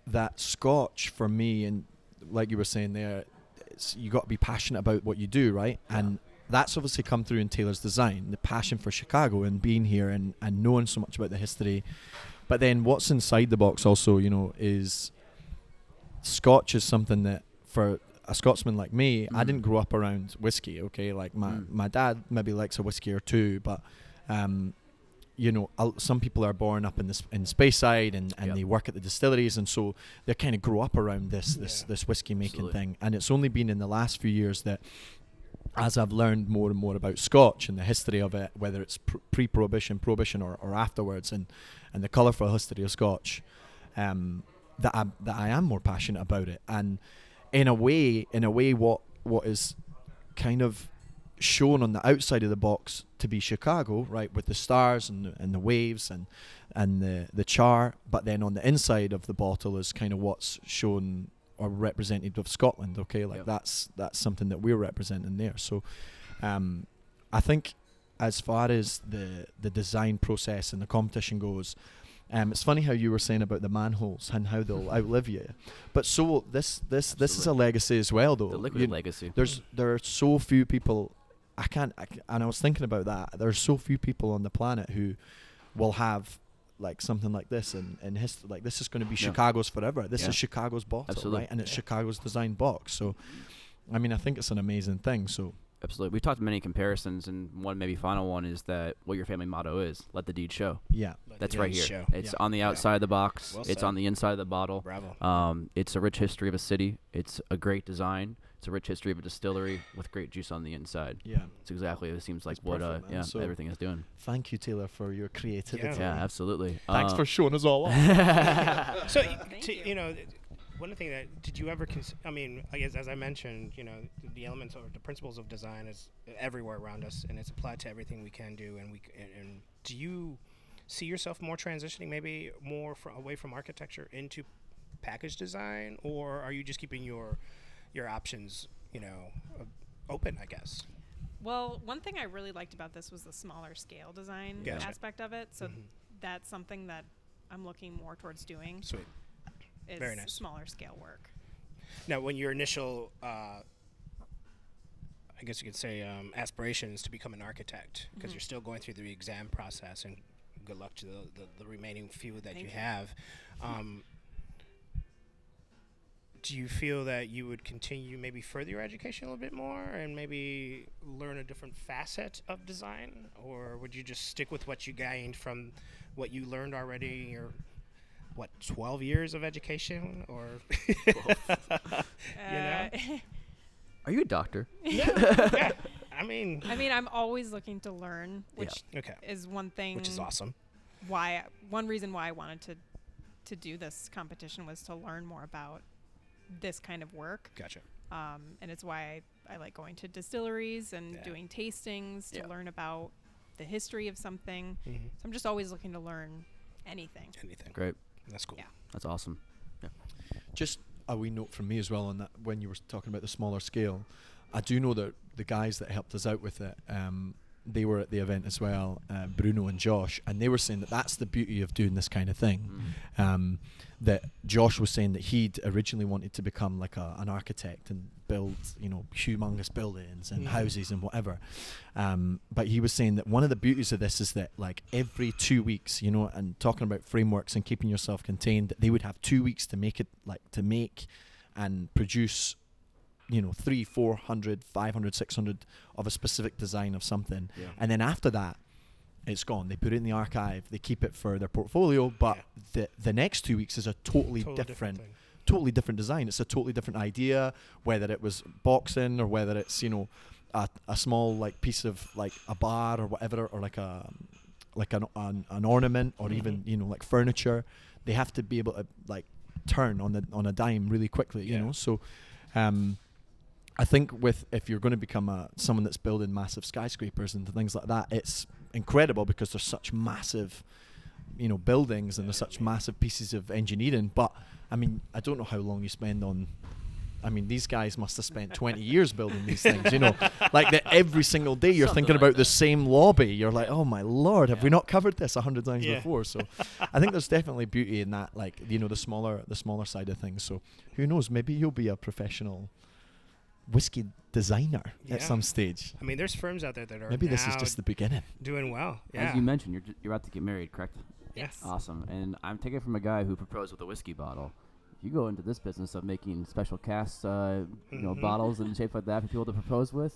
[SPEAKER 3] that Scotch for me, and like you were saying there, it's, you got to be passionate about what you do, right? And that's obviously come through in Taylor's design, the passion for Chicago and being here and and knowing so much about the history. But then what's inside the box also, you know, is Scotch is something that for a Scotsman like me, I
[SPEAKER 1] Mm.
[SPEAKER 3] didn't grow up around whiskey. Okay, like my
[SPEAKER 1] Mm.
[SPEAKER 3] my dad maybe likes a whiskey or two, but um, you know, a- some people are born up in this in Speyside and, and
[SPEAKER 1] Yep.
[SPEAKER 3] they work at the distilleries, and so they kind of grow up around this this
[SPEAKER 2] Yeah.
[SPEAKER 3] this whiskey making
[SPEAKER 1] Absolutely.
[SPEAKER 3] thing. And it's only been in the last few years that as I've learned more and more about Scotch and the history of it, whether it's pr- pre-prohibition, prohibition, or, or afterwards, and and the colourful history of Scotch, um, that I that I am more passionate about it. And in a way, in a way, what what is kind of shown on the outside of the box to be Chicago, right, with the stars and the, and the waves and and the the char, but then on the inside of the bottle is kind of what's shown or represented of Scotland. Okay, like
[SPEAKER 1] Yep.
[SPEAKER 3] that's that's something that we're representing there. So, um, I think as far as the the design process and the competition goes. Um, it's funny how you were saying about the manholes and how
[SPEAKER 1] [LAUGHS]
[SPEAKER 3] they'll outlive you, but so this this this is a
[SPEAKER 1] Absolutely.
[SPEAKER 3] legacy as well, though.
[SPEAKER 1] The liquid
[SPEAKER 3] You-
[SPEAKER 1] legacy.
[SPEAKER 3] there's there are so few people I can't I, c- and I was thinking about that there's so few people on the planet who will have like something like this and and his, like this is going to be
[SPEAKER 1] Yeah.
[SPEAKER 3] Chicago's forever. This
[SPEAKER 1] Yeah.
[SPEAKER 3] is Chicago's bottle,
[SPEAKER 1] Absolutely.
[SPEAKER 3] right? And it's
[SPEAKER 2] Yeah.
[SPEAKER 3] Chicago's design box. So, I mean, I think it's an amazing thing. So
[SPEAKER 1] Absolutely. We've talked many comparisons, and one maybe final one is that what your family motto is let the deed show.
[SPEAKER 3] yeah,
[SPEAKER 2] Let
[SPEAKER 1] That's
[SPEAKER 2] the
[SPEAKER 1] right
[SPEAKER 2] days
[SPEAKER 1] here.
[SPEAKER 2] Show.
[SPEAKER 1] It's
[SPEAKER 3] Yeah.
[SPEAKER 1] on the
[SPEAKER 2] Yeah.
[SPEAKER 1] outside of the box,
[SPEAKER 2] Well
[SPEAKER 1] it's
[SPEAKER 2] said.
[SPEAKER 1] on the inside of the bottle.
[SPEAKER 2] Bravo.
[SPEAKER 1] Um, it's a rich history of a city, it's a great design, it's a rich history of a distillery with great juice on the inside.
[SPEAKER 3] yeah.
[SPEAKER 1] It's exactly it seems like
[SPEAKER 3] It's
[SPEAKER 1] what
[SPEAKER 3] perfect,
[SPEAKER 1] uh,
[SPEAKER 3] man.
[SPEAKER 1] yeah
[SPEAKER 3] So-
[SPEAKER 1] everything is doing.
[SPEAKER 3] Thank you, Taylor, for your creativity.
[SPEAKER 1] Yeah, absolutely.
[SPEAKER 3] Thanks
[SPEAKER 1] Uh,
[SPEAKER 3] for showing us all up.
[SPEAKER 2] So,
[SPEAKER 4] Uh, Thank
[SPEAKER 2] to,
[SPEAKER 4] you.
[SPEAKER 2] you know, th- one thing that did you ever? Cons- I mean, I guess as I mentioned, you know, th- the elements or the principles of design is uh, everywhere around us, and it's applied to everything we can do. And we c- and, and do you see yourself more transitioning, maybe more fro- away from architecture into package design, or are you just keeping your your options, you know, uh, open? I guess.
[SPEAKER 4] Well, one thing I really liked about this was the smaller scale design
[SPEAKER 2] Gotcha. Mm-hmm.
[SPEAKER 4] aspect of it. So that's something that I'm looking more towards doing
[SPEAKER 2] Sweet.
[SPEAKER 4] is
[SPEAKER 2] Very nice.
[SPEAKER 4] smaller scale work.
[SPEAKER 2] Now, when your initial, uh, I guess you could say, um, aspirations to become an architect, because you're still going through the exam process, and good luck to the, the, the remaining few that
[SPEAKER 4] Thank
[SPEAKER 2] you
[SPEAKER 4] you.
[SPEAKER 2] have. Um, do you feel that you would continue maybe further your education a little bit more and maybe learn a different facet of design? Or would you just stick with what you gained from what you learned already in your, what, 12 years of education? Or. know?
[SPEAKER 4] Uh, [LAUGHS]
[SPEAKER 1] Are you a doctor?
[SPEAKER 2] yeah, yeah. I mean,
[SPEAKER 4] I mean, I'm always looking to learn, which
[SPEAKER 2] okay,
[SPEAKER 4] is one thing.
[SPEAKER 2] which is awesome.
[SPEAKER 4] Why one reason why I wanted to to do this competition was to learn more about this kind of work,
[SPEAKER 2] Gotcha.
[SPEAKER 4] um, and it's why I, I like going to distilleries and
[SPEAKER 2] Yeah.
[SPEAKER 4] doing tastings to
[SPEAKER 1] Yeah.
[SPEAKER 4] learn about the history of something.
[SPEAKER 2] Mhm.
[SPEAKER 4] So I'm just always looking to learn anything.
[SPEAKER 2] Anything.
[SPEAKER 1] Great.
[SPEAKER 2] That's cool.
[SPEAKER 4] Yeah.
[SPEAKER 1] That's awesome.
[SPEAKER 3] Just a wee note from me as well on that when you were talking about the smaller scale. I do know that the guys that helped us out with it, um, they were at the event as well, uh, Bruno and Josh, and they were saying that that's the beauty of doing this kind of thing. Um, that Josh was saying that he'd originally wanted to become like a, an architect and build, you know, humongous buildings and
[SPEAKER 2] Mhm.
[SPEAKER 3] houses and whatever. Um, but he was saying that one of the beauties of this is that like every two weeks, you know, and talking about frameworks and keeping yourself contained, that they would have two weeks to make it like to make and produce you know three four hundred five hundred six hundred of a specific design of something
[SPEAKER 1] Yeah.
[SPEAKER 3] and then after that it's gone they put it in the archive they keep it for their portfolio but
[SPEAKER 2] Yeah.
[SPEAKER 3] the the next two weeks is a totally,
[SPEAKER 2] Totally
[SPEAKER 3] different,
[SPEAKER 2] thing.
[SPEAKER 3] totally different design it's a totally different idea whether it was boxing or whether it's you know a, a small like piece of like a bar or whatever or like a like an an, an ornament or even you know like furniture they have to be able to like turn on the on a dime really quickly you
[SPEAKER 2] Yeah.
[SPEAKER 3] know so um I think with if you're going to become a someone that's building massive skyscrapers and things like that, it's incredible because there's such massive, you know, buildings and there's such massive pieces of engineering. But I mean, I don't know how long you spend on. I mean, these guys must have
[SPEAKER 1] [LAUGHS]
[SPEAKER 3] spent 20 years building these things. You know, like that every single day you're
[SPEAKER 1] Something
[SPEAKER 3] thinking
[SPEAKER 1] like
[SPEAKER 3] about
[SPEAKER 1] that.
[SPEAKER 3] the same lobby. You're like, oh my lord, have we
[SPEAKER 1] Yeah.
[SPEAKER 3] not covered this a hundred times
[SPEAKER 2] Yeah.
[SPEAKER 3] before? So, I think there's definitely beauty in that, like you know, the smaller the smaller side of things. So, who knows? Maybe you'll be a professional whiskey designer
[SPEAKER 2] Yeah.
[SPEAKER 3] at some stage.
[SPEAKER 2] I mean, there's firms out there that are
[SPEAKER 3] Maybe
[SPEAKER 2] now
[SPEAKER 3] this is just the beginning.
[SPEAKER 2] doing well. Yeah.
[SPEAKER 1] As you mentioned, you're, j- you're about to get married, correct?
[SPEAKER 2] Yes.
[SPEAKER 1] Awesome. And I'm taking it from a guy who proposed with a whiskey bottle. You go into this business of making special casts, uh, you know,
[SPEAKER 2] Mhm.
[SPEAKER 1] bottles and shapes like that for people to propose with.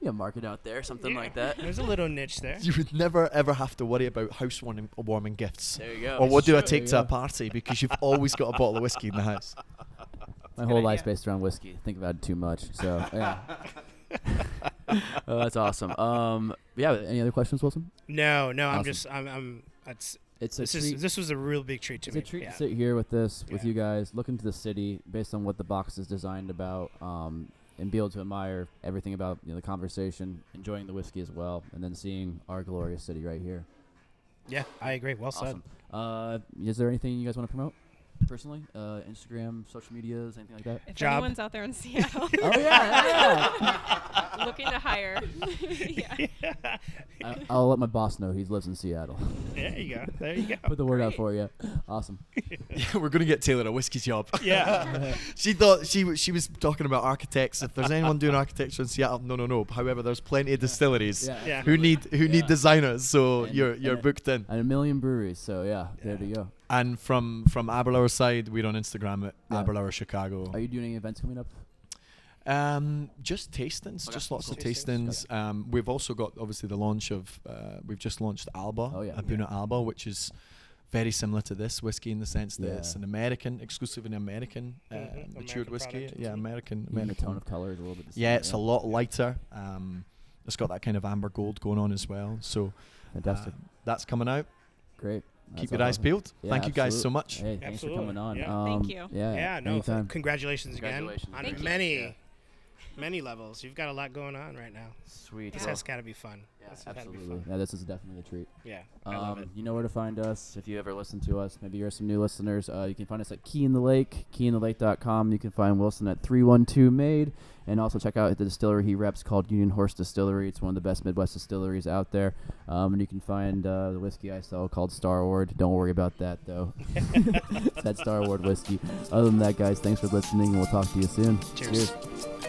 [SPEAKER 1] You know, market out there, something
[SPEAKER 2] Yeah.
[SPEAKER 1] like
[SPEAKER 2] [LAUGHS]
[SPEAKER 1] that.
[SPEAKER 2] There's a little niche there.
[SPEAKER 3] You would never ever have to worry about housewarming warming gifts.
[SPEAKER 1] There you go.
[SPEAKER 3] Or what do I take to
[SPEAKER 1] There
[SPEAKER 3] a
[SPEAKER 1] you go.
[SPEAKER 3] party? Because you've always got a bottle of whiskey in the
[SPEAKER 1] [LAUGHS]
[SPEAKER 3] house. [LAUGHS]
[SPEAKER 1] My whole
[SPEAKER 2] Good
[SPEAKER 1] life's
[SPEAKER 2] idea.
[SPEAKER 1] based around whiskey. Think about it too much.
[SPEAKER 2] [LAUGHS]
[SPEAKER 1] So yeah. [LAUGHS] oh, that's awesome. Um, yeah. Any other questions, Wilson?
[SPEAKER 2] No, no, I'm
[SPEAKER 1] Awesome.
[SPEAKER 2] just, I'm, I'm. It's,
[SPEAKER 1] It's a
[SPEAKER 2] this
[SPEAKER 1] treat.
[SPEAKER 2] is, this was a real big treat to
[SPEAKER 1] it's
[SPEAKER 2] me.
[SPEAKER 1] a treat
[SPEAKER 2] yeah.
[SPEAKER 1] to sit here with this, with
[SPEAKER 2] Yeah.
[SPEAKER 1] you guys, look into the city based on what the box is designed about, um, and be able to admire everything about you know, the conversation, enjoying the whiskey as well, and then seeing our glorious city right here.
[SPEAKER 2] yeah, I agree. Well
[SPEAKER 1] Awesome. Uh, is there anything you guys want to promote personally? Uh, Instagram,
[SPEAKER 2] [LAUGHS]
[SPEAKER 1] social medias, anything like that?
[SPEAKER 4] If
[SPEAKER 2] Job.
[SPEAKER 4] anyone's out there in Seattle
[SPEAKER 1] oh yeah, yeah, yeah.
[SPEAKER 4] [LAUGHS] looking to hire. yeah.
[SPEAKER 2] [LAUGHS]
[SPEAKER 1] I, I'll let my boss know he lives in Seattle.
[SPEAKER 2] There you go. There you go.
[SPEAKER 1] [LAUGHS] Put
[SPEAKER 2] [LAUGHS]
[SPEAKER 1] the word out
[SPEAKER 4] Great.
[SPEAKER 1] for you. Awesome.
[SPEAKER 3] We're gonna get Taylor a whiskey job.
[SPEAKER 2] Yeah.
[SPEAKER 3] [LAUGHS]
[SPEAKER 1] [LAUGHS]
[SPEAKER 3] She thought she w- she was talking about architects. If there's anyone doing architecture in Seattle, no, no, no. However, there's plenty of distilleries
[SPEAKER 1] Yeah.
[SPEAKER 2] Yeah.
[SPEAKER 3] who need who
[SPEAKER 1] Yeah.
[SPEAKER 3] need designers. So
[SPEAKER 1] And-
[SPEAKER 3] you're you're
[SPEAKER 1] and-
[SPEAKER 3] booked in.
[SPEAKER 1] And a million breweries. So yeah, there you go.
[SPEAKER 3] And from from Aberlour side, we're on Instagram at
[SPEAKER 1] Yeah.
[SPEAKER 3] Aberlour Chicago.
[SPEAKER 1] Are you doing any events coming up?
[SPEAKER 3] Um, just tastings,
[SPEAKER 6] Okay.
[SPEAKER 3] just lots of
[SPEAKER 1] Tastings.
[SPEAKER 3] tastings. Um, we've also got obviously the launch of uh, we've just launched Alba,
[SPEAKER 1] Oh, yeah.
[SPEAKER 3] Abuna Alba, which is very similar to this whiskey in the sense that it's
[SPEAKER 1] Yeah. Mm-hmm.
[SPEAKER 3] an American, exclusively American uh,
[SPEAKER 2] Mhm,
[SPEAKER 3] matured
[SPEAKER 2] American
[SPEAKER 3] whiskey.
[SPEAKER 2] product.
[SPEAKER 3] Yeah, American.
[SPEAKER 1] Maybe the
[SPEAKER 3] American.
[SPEAKER 1] tone of color is a little bit.
[SPEAKER 3] yeah, it's a lot lighter. Um, it's got that kind of amber gold going on as well. So
[SPEAKER 1] Fantastic.
[SPEAKER 3] uh, that's coming out.
[SPEAKER 1] Great. That's
[SPEAKER 3] Keep your eyes
[SPEAKER 1] awesome.
[SPEAKER 3] peeled.
[SPEAKER 1] Yeah,
[SPEAKER 3] Thank you guys so
[SPEAKER 1] absolute.
[SPEAKER 3] much.
[SPEAKER 1] Hey, thanks for
[SPEAKER 2] Absolutely.
[SPEAKER 1] coming on.
[SPEAKER 2] Yeah.
[SPEAKER 4] Thank
[SPEAKER 1] Um,
[SPEAKER 4] you.
[SPEAKER 1] Yeah.
[SPEAKER 2] Yeah, no.
[SPEAKER 1] Anytime.
[SPEAKER 2] Congratulations,
[SPEAKER 6] Congratulations.
[SPEAKER 2] again
[SPEAKER 4] Thank
[SPEAKER 2] on
[SPEAKER 4] you.
[SPEAKER 2] many,
[SPEAKER 6] Yeah.
[SPEAKER 2] many levels. You've got a lot going on right now.
[SPEAKER 6] Sweet.
[SPEAKER 2] This
[SPEAKER 6] Well,
[SPEAKER 2] has got to be fun.
[SPEAKER 6] Yeah,
[SPEAKER 2] This has gotta be
[SPEAKER 1] Absolutely.
[SPEAKER 2] fun.
[SPEAKER 1] Yeah, this is definitely a treat.
[SPEAKER 2] Yeah, I love
[SPEAKER 1] Um,
[SPEAKER 2] it.
[SPEAKER 1] you know where to find us if you ever listen to us. Maybe you're some new listeners. Uh, you can find us at Key in the Lake, keyinthelake.com. You can find Wilson at 312 Made. And also check out the distillery he reps called Union Horse Distillery. It's one of the best Midwest distilleries out there. Um, and you can find uh, the whiskey I sell called Starward. Don't worry about that,
[SPEAKER 2] [LAUGHS]
[SPEAKER 1] though. [LAUGHS] it's that Starward whiskey. Other than that, guys, thanks for listening. and We'll talk to you soon.
[SPEAKER 2] Cheers.
[SPEAKER 1] Cheers.